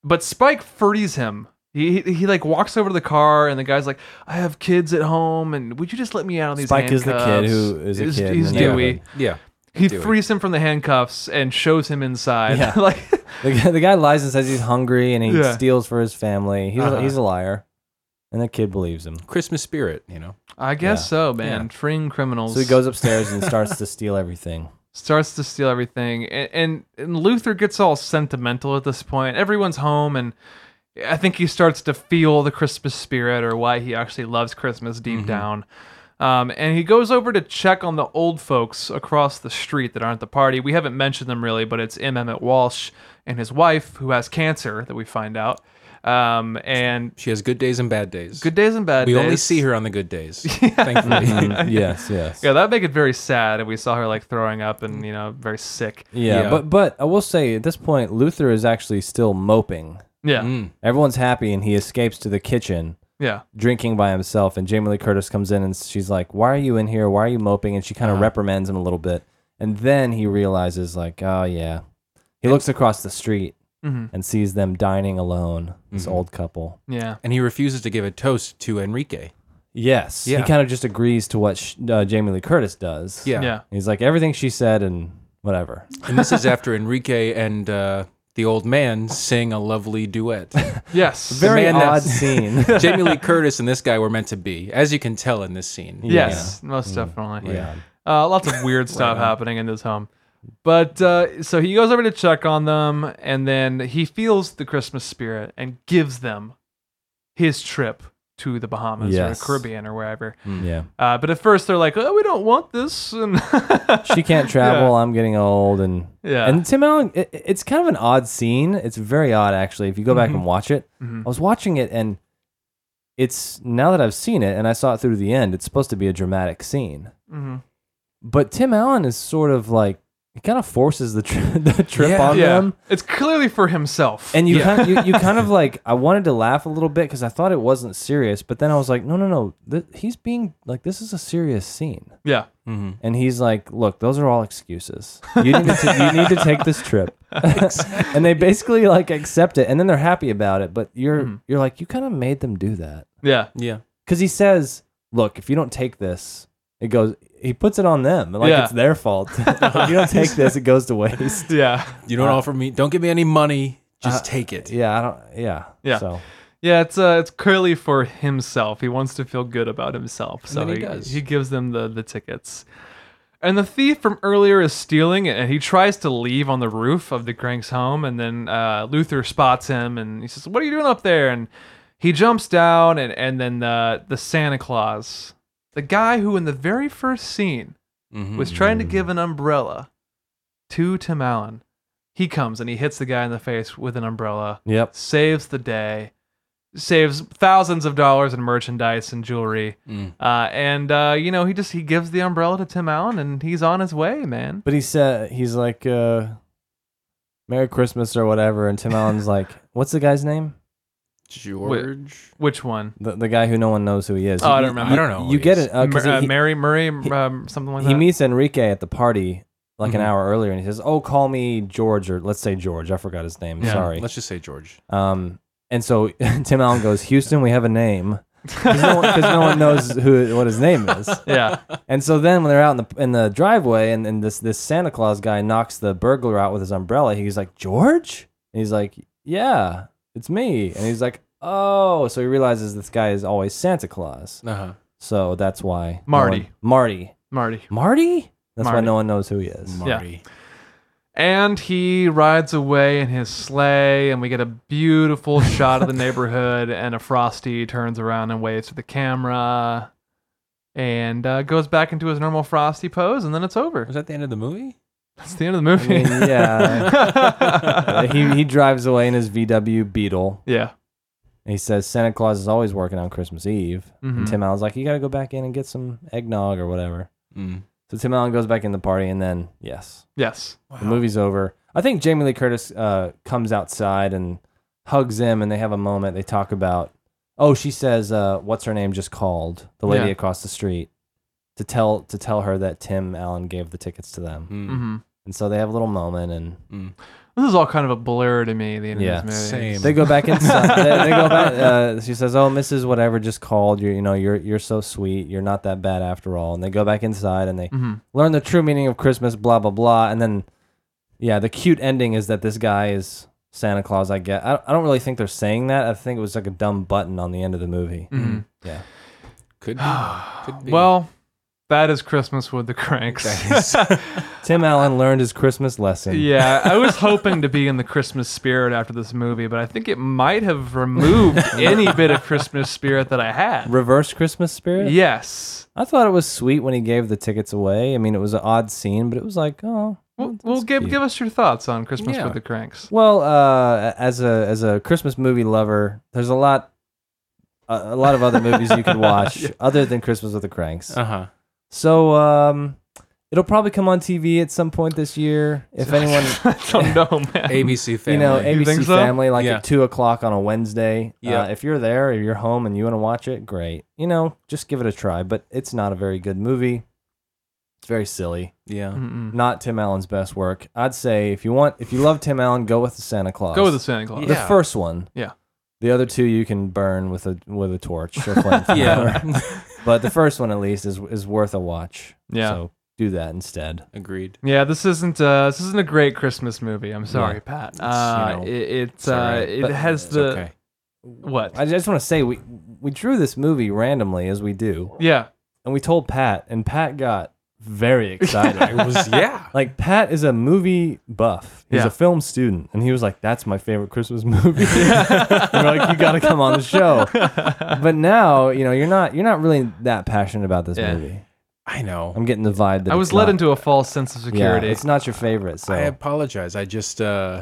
But Spike frees him. He, he, he like walks over to the car and the guy's like, I have kids at home and would you just let me out on these
Spike is the kid
handcuffs?"
who is a
He's-
kid,
He's
and then-
Dewey.
Yeah.
He
Dewey.
frees him from the handcuffs and shows him inside.
Yeah.
like
The guy, the guy lies and says he's hungry and he
Yeah.
steals for his family. He's,
Uh-huh.
a, he's a liar. And the kid believes him.
Christmas spirit, you know.
I guess
Yeah.
so, man. Freeing criminals.
So he goes upstairs and starts to steal everything.
starts to steal everything and, and and Luther gets all sentimental at this point. Everyone's home and I think he starts to feel the Christmas spirit or why he actually loves Christmas deep
Mm-hmm.
down. Um, and he goes over to check on the old folks across the street that aren't at the party. We haven't mentioned them really, but it's M. Emmett Walsh and his wife who has cancer that we find out. Um, and
She has good days and bad days.
good days and bad
We
days. Mm-hmm.
only see her on the good days. Thankfully.
Mm, yes, yes.
Yeah, that'd make it very sad if we saw her like throwing up and you know very sick.
Yeah,
Yeah.
but but I will say at this point Luther is actually still moping.
Yeah,
Everyone's happy and he escapes to the kitchen
yeah.
drinking by himself and Jamie Lee Curtis comes in and she's like, "Why are you in here? Why are you moping?" and she kind of reprimands him a little bit. And then he realizes like, "Oh yeah." He looks across the street
Mhm.
and sees them dining alone, this old couple.
Yeah.
and he refuses to give a toast to Enrique.
Yes.
Yeah.
He kind of just agrees to what sh- uh, Jamie Lee Curtis does.
Yeah.
Yeah.
He's like everything she said and whatever.
And this is after Enrique and uh, the old man sing a lovely duet.
Yes.
Very
man
odd
that's-
scene.
Jamie Lee Curtis and this guy were meant to be, as you can tell in this scene.
yes, most definitely.
Mm. Yeah.
Uh, lots of weird stuff happening in this home. But uh, so he goes over to check on them, and then he feels the Christmas spirit and gives them his trip to the Bahamas or
Yes. Mm.
the Caribbean or wherever.
yeah.
Uh, but at first they're like, "Oh, we don't want this." And
she can't travel. I'm getting old, and
Yeah.
And Tim Allen, it, it's kind of an odd scene. It's very odd, actually. If you go back
Mm-hmm.
and watch it, I was watching it, and it's now that I've seen it, and I saw it through to the end. It's supposed to be a dramatic scene,
Mm-hmm.
Mhm.
but Tim Allen is sort of like he kind of forces the, tri- the trip
Yeah.
on
yeah,
them.
it's clearly for himself.
And you, kind of, you, you kind of like, I wanted to laugh a little bit because I thought it wasn't serious, but then I was like, no, no, no. Th- he's being like, this is a serious scene.
yeah,
And he's like, "Look, those are all excuses. You need to, ta- you need to take this trip." and they basically like accept it, and then they're happy about it. But you're
Mm-hmm.
you're like, you kind of made them do that
yeah,
Yeah.
because he says, "Look, if you don't take this, it goes." He puts it on them, like
Yeah.
it's their fault. if you don't take this, it goes to waste.
yeah.
You don't offer me, don't give me any money, just take it.
Yeah, I don't. Yeah,
Yeah.
So
Yeah, it's uh, it's clearly for himself. He wants to feel good about himself, so
then he
he,
does.
he gives them the the tickets. And the thief from earlier is stealing, it, and he tries to leave on the roof of the Crank's home. And then uh, Luther spots him, and he says, "What are you doing up there?" And he jumps down, and and then the the Santa Claus, the guy who in the very first scene
Mm-hmm.
was trying to give an umbrella to Tim Allen, he comes and he hits the guy in the face with an umbrella
yep.
saves the day, saves thousands of dollars in merchandise and jewelry,
Mm.
uh, and uh, you know he just he gives the umbrella to Tim Allen and he's on his way, man.
But he said he's like, uh, "Merry Christmas" or whatever, and Tim Allen's like, "What's the guy's name?
George.
Which one?
The, the guy who no one knows who he is."
Oh, I
You-
don't remember.
I don't know.
You get
He's-
it uh, 'cause
Mer- uh,
he-
Mary Murray, um, something like
he
that.
meets Enrique at the party like
Mm-hmm.
an hour earlier, and he says, "Oh, call me George, or let's say George. I forgot his name.
Yeah.
Sorry."
Let's just say George.
Um, and so Tim Allen goes, "Houston, we have a name," because no, one- 'cause no one knows who what his name is.
yeah,
And so then when they're out in the in the driveway, and, and this this Santa Claus guy knocks the burglar out with his umbrella, he's like, "George," and he's like, "Yeah, it's me," and he's like. Oh, so he realizes this guy is always Santa Claus.
Uh huh.
So that's why no
Marty.
one- Marty.
Marty.
Marty? That's why
Marty.
no one knows who he is.
Marty.
And he rides away in his sleigh, and we get a beautiful shot of the neighborhood. And a frosty turns around and waves to the camera, and uh, goes back into his normal frosty pose, and then it's over.
Was that the end of the movie?
That's the end of the movie.
I mean, yeah. Uh, he, he drives away in his VW Beetle.
yeah.
And he says Santa Claus is always working on Christmas Eve. And
Mhm.
Tim Allen's like, you got to go back in and get some eggnog or whatever.
Mm.
So Tim Allen goes back in the party, and then, yes,
Yes.
Um,
the movie's over. I think Jamie Lee Curtis uh, comes outside and hugs him, and they have a moment. They talk about, oh, she says, uh, what's her name just called, the lady
Yeah.
across the street, to tell, to tell her that Tim Allen gave the tickets to them.
Mm.
hmm
And so they have a little moment, and
This is all kind of a blur to me. The end
Yeah.
of this movie.
Same.
They go back inside. they, they go back. Uh, she says, "Oh, Mrs. Whatever just called you. You know, you're you're so sweet. You're not that bad after all." And they go back inside and they learn the true meaning of Christmas. Blah blah blah. And then, yeah, the cute ending is that this guy is Santa Claus. I get. I, I don't really think they're saying that. I think it was like a dumb button on the end of the movie. Yeah.
Could be. Could be.
Well, that is Christmas with the Cranks.
That is-
Tim Allen learned his Christmas lesson.
yeah, I was hoping to be in the Christmas spirit after this movie, but I think it might have removed any bit of Christmas spirit that I had.
Reverse Christmas spirit.
Yes.
I thought it was sweet when he gave the tickets away. I mean, it was an odd scene, but it was like, oh,
Well, well give,
cute.
give us your thoughts on Christmas
Yeah.
with the Cranks.
Well, uh, as a as a Christmas movie lover, there's a lot a, a lot of other movies you could watch other than Christmas with the Cranks.
uh-huh.
So um, it'll probably come on TV at some point this year. If anyone,
I don't know, man.
ABC
you
family.
know,
You
ABC
think so?
Family, like
Yeah.
at two o'clock on a Wednesday.
Yeah.
Uh, if you're there, if you're home and you want to watch it, great. You know, just give it a try. But it's not a very good movie. It's very silly.
yeah.
Mm-mm.
Not Tim Allen's best work. I'd say if you want, if you love Tim Allen, go with the Santa Claus.
Go with the Santa Claus.
The
Yeah.
first one.
Yeah.
The other two you can burn with a with a torch or flamethrower.
Yeah.
but the first one at least is is worth a watch.
Yeah.
So do that instead.
Agreed.
Yeah, this isn't uh, this isn't a great Christmas movie. I'm sorry,
Yeah.
Pat.
you
Uh,
know,
it it's
all
uh,
right,
it
but
has
It's
the
okay.
what?
I just want to say we we drew this movie randomly as we do,
yeah,
and we told Pat, and Pat got very excited.
It was yeah.
like Pat is a movie buff. He's
Yeah.
a film student, and he was like, "That's my favorite Christmas movie." and we're like, "You got to come on the show." but now, you know, you're not you're not really that passionate about this
Yeah.
movie.
I know.
I'm getting the vibe that
I
it's
was led
not-
into a false sense of security.
Yeah, it's not your favorite. So
I
Oh.
apologize. I just uh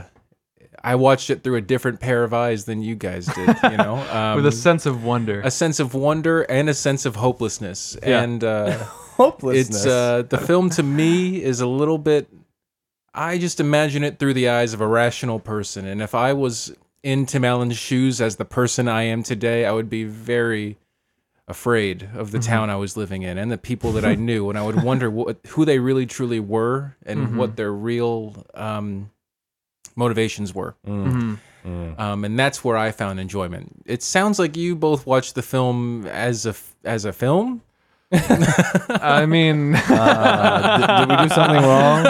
I watched it through a different pair of eyes than you guys did, you know. Um,
with a sense of wonder.
a sense of wonder and a sense of hopelessness.
Yeah.
And uh
hopelessness.
it's uh the film to me is a little bit I just imagine it through the eyes of a rational person. And if I was in Tim Allen's shoes as the person I am today, I would be very afraid of the town I was living in and the people that I knew. And I would wonder what, who they really truly were and what their real um, motivations were.
Mhm.
Um, and that's where I found enjoyment. It sounds like you both watched the film as a, f- as a film.
I mean,
Uh, did, did we do something wrong?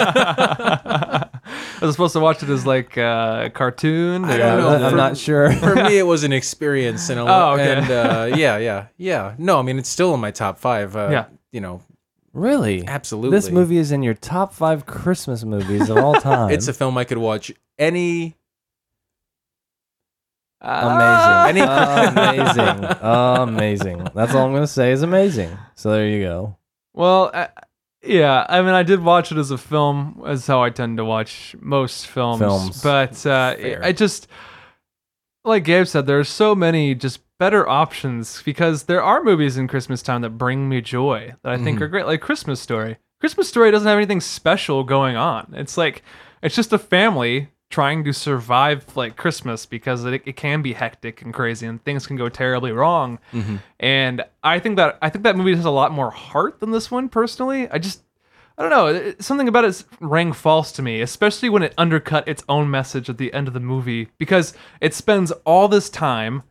I was supposed to watch it as like uh, a cartoon.
I
or-
don't know.
I'm
For-
not sure.
for me it was an experience and a
Oh, okay.
and uh, yeah yeah yeah no i mean it's still in my top five uh,
Yeah.
you know
really?
absolutely
This movie is in your top five Christmas movies of all time.
it's a film i could watch any
amazing,
Ah.
amazing, amazing. That's all I'm gonna say is amazing. So there you go.
Well, I, yeah, I mean, I did watch it as a film, as how I tend to watch most films.
Films.
But uh,
Fair.
I just, like Gabe said, there are so many just better options because there are movies in Christmas time that bring me joy that I think are great, like Christmas Story. Christmas Story doesn't have anything special going on. It's like, it's just a family trying to survive like Christmas because it, it can be hectic and crazy and things can go terribly wrong and I think that I think that movie has a lot more heart than this one. Personally, I just I don't know it- something about it rang false to me, especially when it undercut its own message at the end of the movie because it spends all this time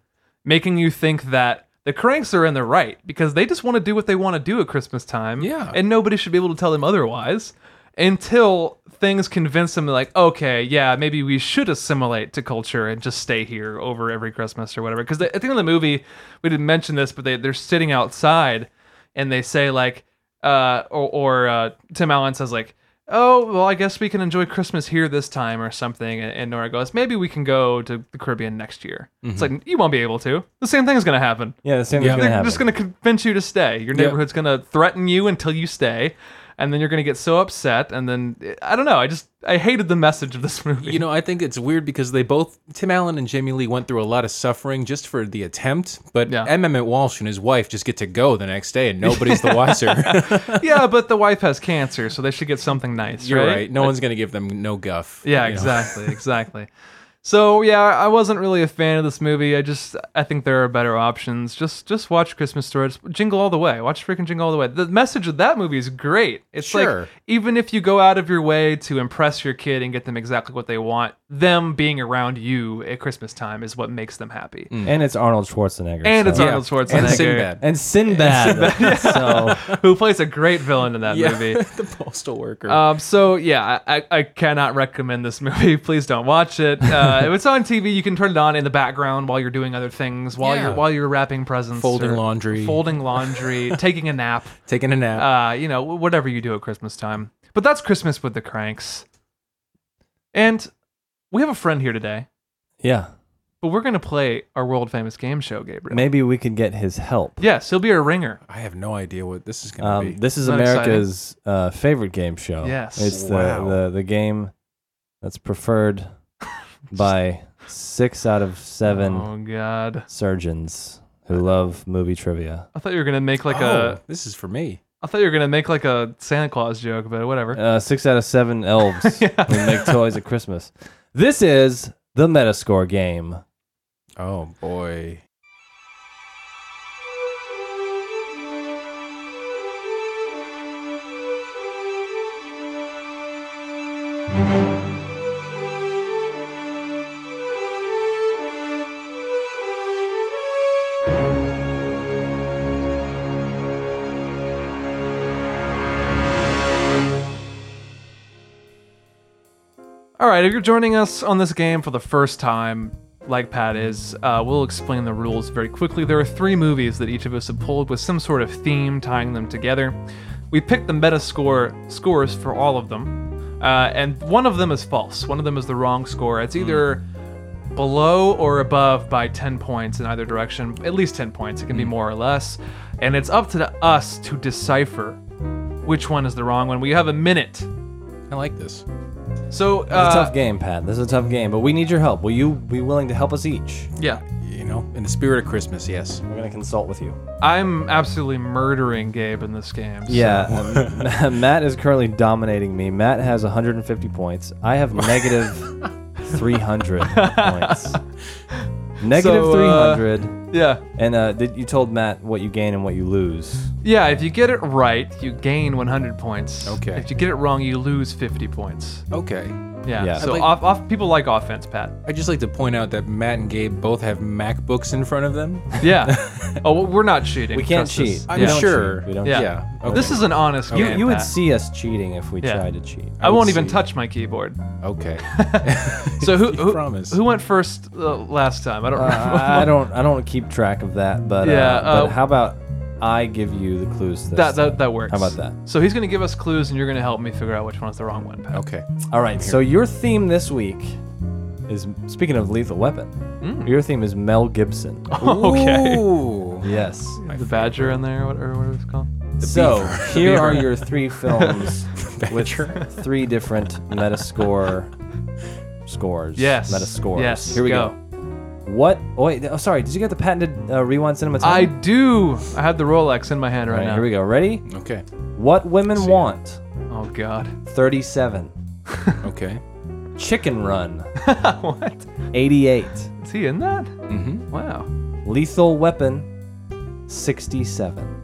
making you think that the cranks are in the right because they just want to do what they want to do at Christmas time,
Yeah.
and nobody should be able to tell them otherwise until things convince them like okay yeah maybe we should assimilate to culture and just stay here over every christmas or whatever because at the end of the movie we didn't mention this but they, they're sitting outside and they say like uh or, or uh, tim allen says like oh well i guess we can enjoy christmas here this time or something and, and nora goes maybe we can go to the caribbean next year it's like you won't be able to the same thing's gonna happen
Yeah, the same
Yeah.
thing's gonna
they're
happen.
just going to convince you to stay. Your neighborhood's going to threaten you until you stay, and then you're going to get so upset. And then I don't know. I just I hated the message of this movie.
you know i think it's weird because they both tim allen and jamie lee went through a lot of suffering just for the attempt but
Yeah.
m emmett walsh and his wife just get to go the next day and nobody's the wiser
yeah, but the wife has cancer, so they should get something nice.
you're
right?
right no one's gonna give them no guff
Yeah,
you know.
exactly, exactly. So yeah, I wasn't really a fan of this movie. I just I think there are better options. Just just watch Christmas Story. Just jingle all the way. Watch freaking Jingle all the way. The message of that movie is great. It's
Sure.
like even if you go out of your way to impress your kid and get them exactly what they want, them being around you at Christmas time is what makes them happy.
And it's Arnold Schwarzenegger.
And
so-
it's Arnold Schwarzenegger,
Mm, and Sinbad.
and Sinbad. so
who plays a great villain in that movie.
the postal worker.
Um, so yeah, I, I cannot recommend this movie. Please don't watch it. Uh, if it's on TV, you can turn it on in the background while you're doing other things, while
Yeah.
you're while you're wrapping presents,
Folding
or
laundry.
folding laundry, taking a nap.
Taking a nap.
Uh, you know, wh- whatever you do at Christmas time. But that's Christmas with the Cranks. And we have a friend here today,
yeah,
but we're gonna play our world famous game show, Gabriel.
maybe we could get his help.
Yes, he'll be a ringer.
I have no idea what this is going to
Um,
be.
this is
Isn't that
America's uh, favorite game show.
Yes.
it's the,
Wow.
the the game that's preferred by six out of seven
Oh God,
surgeons who love movie trivia.
I thought you were gonna make like
oh,
a
this is for me.
I thought you were gonna make like a Santa Claus joke, but whatever.
Uh, six out of seven elves who make toys at Christmas. This is the Metascore game.
Oh boy.
All right, if you're joining us on this game for the first time, like Pat is, uh, we'll explain the rules very quickly. There are three movies that each of us have pulled with some sort of theme tying them together. We picked the meta score scores for all of them, uh, and one of them is false. One of them is the wrong score.
Hmm.
It's either below or above by 10 points in either direction, at least 10 points. It can
Hmm.
be more or less. And it's up to us to decipher which one is the wrong one. We have a minute.
I like this.
So, uh,
It's a tough game, Pat. This is a tough game, but we need your help. Will you be willing to help us each?
yeah.
You know, in the spirit of Christmas, yes.
We're gonna consult with you.
I'm absolutely murdering Gabe in this game. so-
Yeah, um, Matt is currently dominating me. Matt has 150 points. I have negative 300 points. Negative
So, uh,
300.
Yeah.
And uh, did, you told Matt what you gain and what you lose.
Yeah, if you get it right, you gain 100 points.
Okay.
If you get it wrong, you lose 50 points.
Okay.
Yeah.
Yeah.
So
I'd like-
off, off people like offense, Pat.
I'd just like to point out that Matt and Gabe both have MacBooks in front of them.
Yeah. oh, well, we're not cheating.
We can't
trust us.
cheat.
I'm
We don't
sure.
cheat. We don't
Yeah.
cheat.
Yeah. Okay.
This is an honest
You-
game.
You would
Pat.
see us cheating if we
Yeah.
tried to cheat.
I won't even
see.
touch my keyboard.
Okay.
So who who,
promise.
who went first uh, last time? I don't remember.
I I don't. I don't keep track of that. But
Yeah,
Uh,
uh,
but how about I give you the clues? This
That, that
time?
that works.
How about that?
So he's gonna give us clues, and you're gonna help me figure out which one is the wrong one, Pat.
okay.
All right. So your theme this week is speaking of Lethal Weapon.
Mm.
Your theme is Mel Gibson.
Oh, okay.
Ooh.
Yes.
The badger in there, what, or whatever it's called.
So here are your three films with three different Metascore scores.
Yes.
Metascores.
Yes.
Here we
go.
go. What? Oh, wait. Oh, sorry. Did you get the patented uh, Rewind Cinema? Time?
I do. I have the Rolex in my hand
All
right,
right.
now.
Here we go. Ready?
Okay.
What women want?
Oh God.
Thirty-seven.
Okay.
Chicken Run.
what?
Eighty-eight.
Is he in that? Mm-hmm. Wow.
Lethal Weapon. Sixty-seven.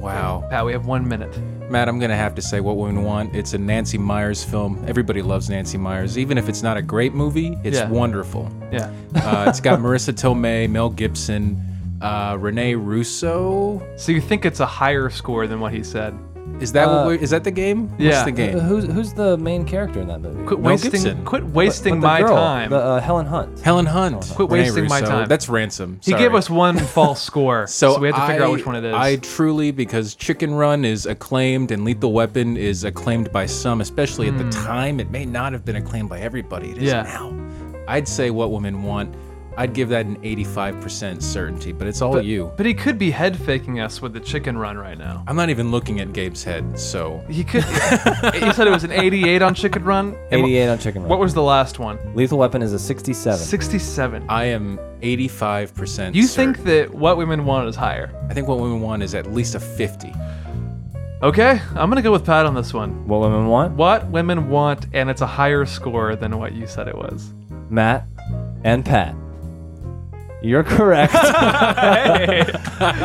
Wow.
Pat, we have one minute.
Matt, I'm going to have to say What Women Want. It's a Nancy Myers film. Everybody loves Nancy Myers. Even if it's not a great movie, it's
Yeah.
wonderful.
Yeah.
Uh, it's got Marissa Tomei, Mel Gibson, uh, Renee Russo.
So you think it's a higher score than what he said?
Is that
Uh,
what we're, is that the game?
yeah.
What's the game?
Who's who's the main character in that movie?
Quit
Mel
wasting.
Gibson.
Quit wasting
But the
my
girl,
time.
The, uh, Helen Hunt.
Helen Hunt.
Quit
Renee
wasting my
Russo.
time.
That's ransom.
he
Sorry.
gave us one false score, so, we have to figure out which one it is.
I truly, because Chicken Run is acclaimed and Lethal Weapon is acclaimed by some, especially at the time. It may not have been acclaimed by everybody. It is
Hmm. Yeah.
now. I'd say What Women Want. I'd give that an 85% certainty, but it's all
but,
you.
But he could be head faking us with the chicken run right now.
I'm not even looking at Gabe's head, so
He could. you said it was an 88 on chicken run. And wh-
88 on Chicken Run.
What was the last one?
Lethal Weapon is a 67.
67.
I am 85%.
You
certain.
think that what women want is higher?
I think What Women Want is at least a 50.
Okay, I'm gonna go with Pat on this one.
What women want?
What women want, and it's a higher score than what you said it was.
Matt, and Pat. You're correct. you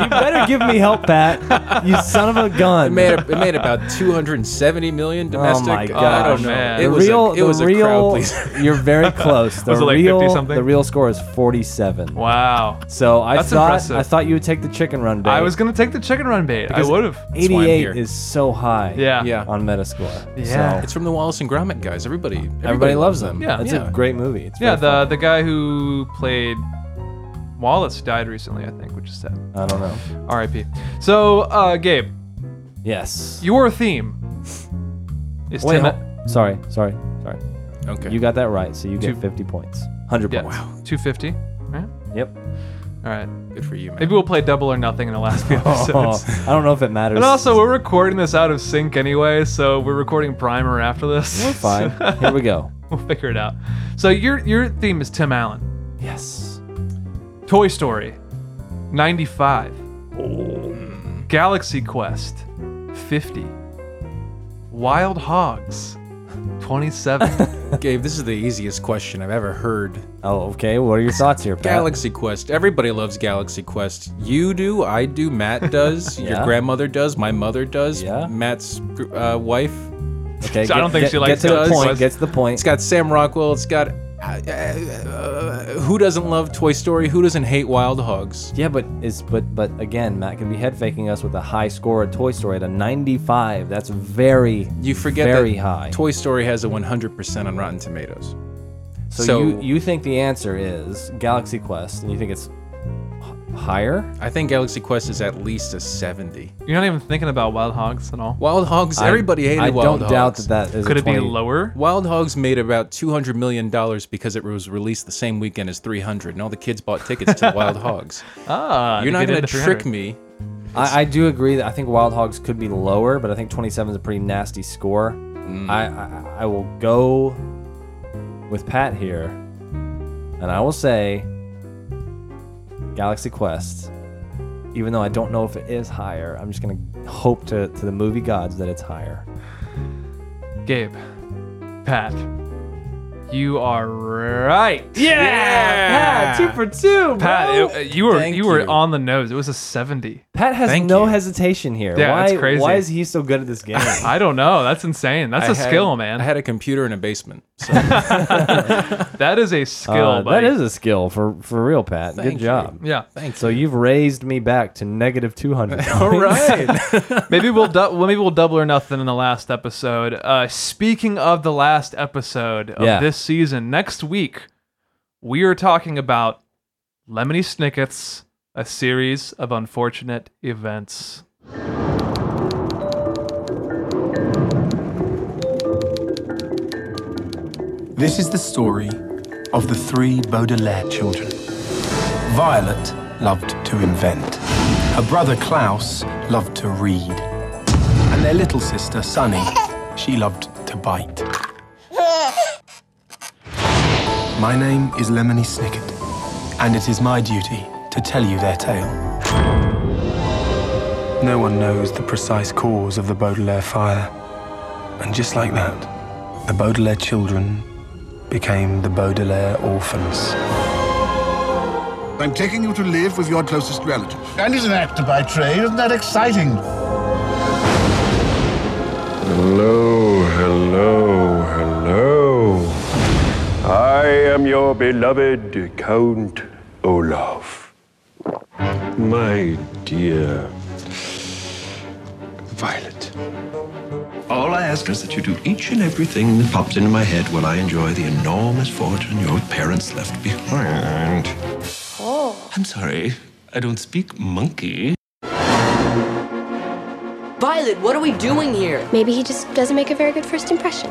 better give me help, Pat. You son of a gun.
It made, it made about 270 million domestic.
Oh my
I
gosh.
don't know.
Man.
It
the
was
real,
a, it was
the
a crowd
real.
pleaser.
you're very close. The
Was it like 50
real,
something?
the real score is 47.
Wow.
So I
That's
thought
impressive.
I thought you would take the chicken run. Bait.
I was gonna take the chicken run bait. I would have.
That's why I'm
88
here.
is so high.
Yeah.
Yeah.
On Metascore.
Yeah.
So
It's from the Wallace and Gromit guys. Everybody, everybody,
everybody loves them.
Yeah.
It's
Yeah.
a great movie. It's
Yeah.
very
The the guy who played Wallace died recently, I think, which is sad.
fun. I don't know.
R.I.P. So, uh, Gabe,
Yes.
your theme is
Wait,
Tim.
hold- sorry, sorry, sorry.
Okay.
You got that right, so you get
Two-
50 points. 100
Yeah.
points.
250. Right.
Yep.
All right.
Good for you, man.
Maybe we'll play double or nothing in the last few episodes.
Oh, I don't know if it matters.
And also, we're recording this out of sync anyway, so we're recording primer after this. We're
fine. Here we go.
we'll figure it out. So your your theme is Tim Allen,
Yes.
Toy Story, ninety five, Galaxy Quest, fifty, Wild Hogs, twenty seven.
Gabe, this is the easiest question I've ever heard.
Oh, okay. What are your thoughts here, Pat?
Galaxy Quest. Everybody loves Galaxy Quest. You do, I do, Matt does, your
Yeah.
grandmother does, my mother does,
Yeah.
Matt's gr- uh, wife.
Okay.
So I don't think she likes
Get to the
Galaxy
point.
Quest.
Gets to the point.
It's got Sam Rockwell. It's got. uh, uh, who doesn't love Toy Story? Who doesn't hate Wild Hogs?
yeah, but is but but again, Matt could be head faking us with a high score at Toy Story at a 95. That's very
You forget
very
that
high.
Toy Story has a 100% on Rotten Tomatoes.
so
so-
you you think the answer is Galaxy Quest, and you think it's h- higher?
I think Galaxy Quest is at least a 70.
You're not even thinking about Wild Hogs at all.
Wild Hogs, everybody hated
I don't
Wild Hogs.
doubt that that is. a
Could it be
20
lower?
Wild Hogs made about two hundred million dollars because it was released the same weekend as Three Hundred, and all the kids bought tickets to Wild Hogs.
Ah,
You're
to
not
get
going to
into
trick
300.
me.
I, I do agree that I think Wild Hogs could be lower, but I think 27 is a pretty nasty score. I, I I will go with Pat here, and I will say Galaxy Quest. Even though I don't know if it is higher, I'm just gonna hope to, to the movie gods that it's higher.
Gabe, Pat, you are right. Yeah,
Pat, two for two.
Pat,
bro.
it- you were
Thank
you were
you.
on the nose. It was a seventy.
Pat has
thank
no
you.
hesitation here.
Yeah,
why,
that's crazy.
Why is he so good at this game?
I don't know. That's insane. That's
I
a
had-
skill, man.
I had a computer in a basement. So
that is a skill.
Uh, that
buddy.
is a skill for for real, Pat.
Thank
Good
you.
job.
Yeah.
thanks.
So you've raised me back to negative 200.
all right.
Maybe we'll du- well, maybe we'll double or nothing in the last episode. Uh, speaking of the last episode of
Yeah.
this season, next week we are talking about Lemony Snicket's A Series of Unfortunate Events.
This is the story of the three Baudelaire children. Violet loved to invent. Her brother Klaus loved to read. And their little sister Sunny, she loved to bite. My name is Lemony Snicket, and it is my duty to tell you their tale. No one knows the precise cause of the Baudelaire fire. And just like that, the Baudelaire children became the Baudelaire orphans.
I'm taking you to live with your closest relative. And he's an actor by trade. Isn't that exciting?
Hello, hello, hello. I am your beloved Count Olaf. My dear
Violet. All I ask is that you do each and everything that pops into my head while I enjoy the enormous fortune your parents left behind. Oh. I'm sorry. I don't speak monkey.
Violet, what are we doing here?
Maybe he just doesn't make a very good first impression.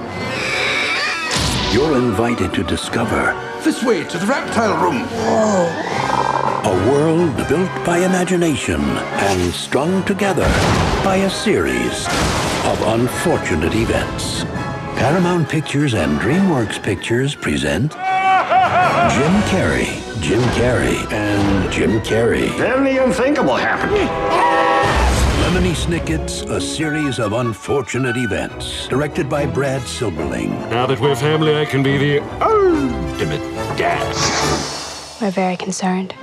You're invited to discover
This way, to the reptile room.
a world built by imagination and strung together by a series of unfortunate events. Paramount Pictures and DreamWorks Pictures present Jim Carrey, Jim Carrey, and Jim Carrey.
Then the unthinkable happened.
Lemony Snicket's A Series of Unfortunate Events, directed by Brad Silberling.
Now that we're family, I can be the ultimate dad.
We're very concerned.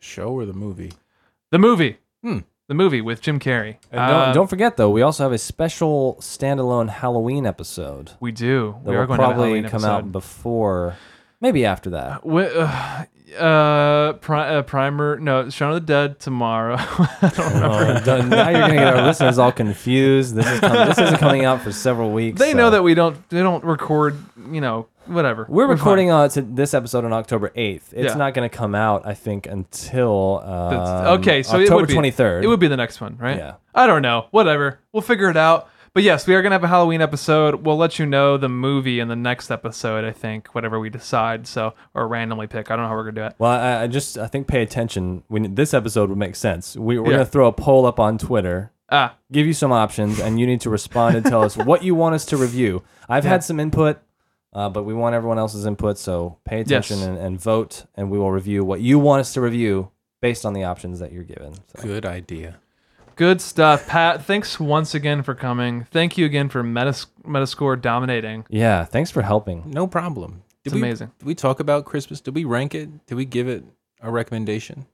Show or the movie?
The movie. The movie with Jim Carrey.
And don't,
Uh,
don't forget though, we also have a special standalone Halloween episode.
We do.
That
We are
will
going to have a
probably
Halloween
come
episode.
out before, maybe after that.
Wh- uh, uh, pri- uh, primer. No, Shaun of the Dead tomorrow. I don't remember.
Oh, done- now you're gonna get our listeners all confused. This is com- this isn't coming out for several weeks.
They
so-
know that we don't. They don't record. You know, whatever.
We're
We're
recording on to this episode on October 8th. It's
Yeah.
not going to come out, I think, until
That's-
um,
okay, so it
October
would be,
23rd.
It would be the next one, right?
Yeah.
I don't know. Whatever. We'll figure it out. But yes, we are gonna have a Halloween episode. We'll let you know the movie in the next episode. I think whatever we decide. So or randomly pick. I don't know how we're gonna do it.
Well, I, I just I think pay attention. When this episode would make sense. We, we're
Yeah.
going to throw a poll up on Twitter.
Ah.
Give you some options, and you need to respond and tell us what you want us to review. I've
Yeah.
had some input, uh, but we want everyone else's input. So pay attention and, and vote, and we will review what you want us to review based on the options that you're given.
Good idea.
Good stuff, Pat. Thanks once again for coming. Thank you again for Metas- Metascore dominating.
Yeah, thanks for helping.
No problem. Did
It's
we,
amazing.
Did we talk about Christmas? Did we rank it? Did we give it a recommendation?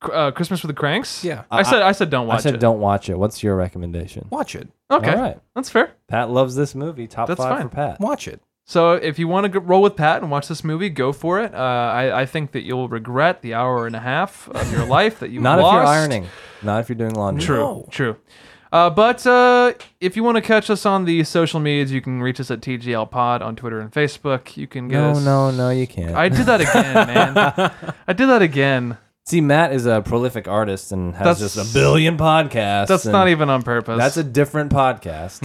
Cr- Uh, Christmas with the Cranks.
Yeah.
I, said. I said don't watch
I said
it.
don't watch it. What's your recommendation?
Watch it.
Okay.
All right.
That's fair.
Pat loves this movie. Top
That's
five
fine.
for Pat.
Watch it.
So if you want to roll with Pat and watch this movie, go for it. Uh, I, I think that you'll regret the hour and a half of your life that you
Not
lost.
if you're ironing. Not if you're doing laundry.
True, true. Uh, but uh, if you want to catch us on the social medias, you can reach us at TGL Pod on Twitter and Facebook. You can get
No,
us.
no, no, you can't.
I did that again, man. I did that again.
See, Matt is a prolific artist and has
That's-
just a billion podcasts.
That's
and
not even Hmm. on purpose.
That's a different podcast.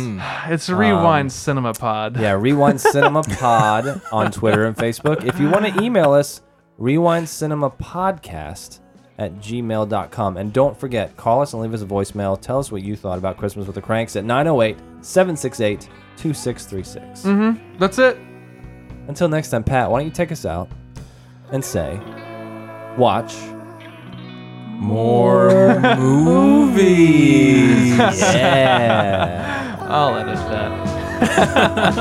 It's Rewind
Um,
Cinema Pod.
Yeah, Rewind Cinema Pod on Twitter and Facebook. If you want to email us, Rewind Cinema Podcast at gmail.com. And don't forget, call us and leave us a voicemail. Tell us what you thought about Christmas with the Cranks at 908 768 2636.
Mm-hmm. That's it.
Until next time, Pat, why don't you take us out and say, watch more movies. yeah.
I'll edit that.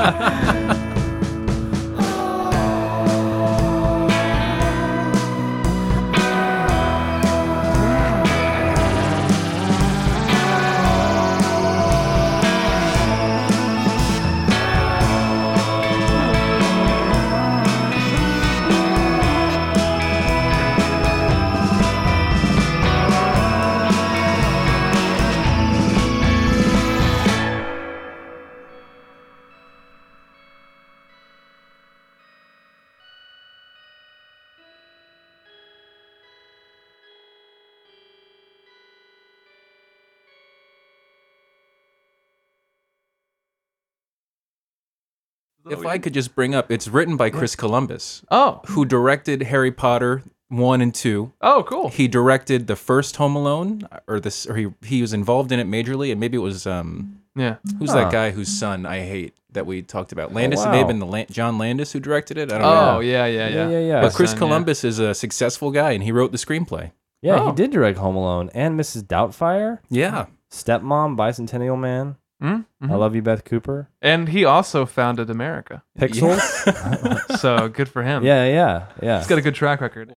If I could just bring up, it's written by Chris Columbus.
Oh.
Who directed Harry Potter 1 and 2.
Oh, cool.
He directed the first Home Alone or this or he he was involved in it majorly and maybe it was um
Yeah.
Who's
Huh.
that guy whose son I hate that we talked about? Landis
Oh,
it may have
wow.
been the Lan- John Landis who directed it. I don't know.
Oh, yeah, yeah, yeah. Yeah, yeah, yeah.
But Chris
Son, yeah.
Columbus is a successful guy and he wrote the screenplay.
Yeah,
Oh.
he did direct Home Alone and Mrs. Doubtfire.
Yeah.
Stepmom, Bicentennial Man.
Mm, mhm.
I love you, Beth Cooper.
and he also founded America.
Pixels.
so good for him.
Yeah, yeah, yeah.
He's got a good track record.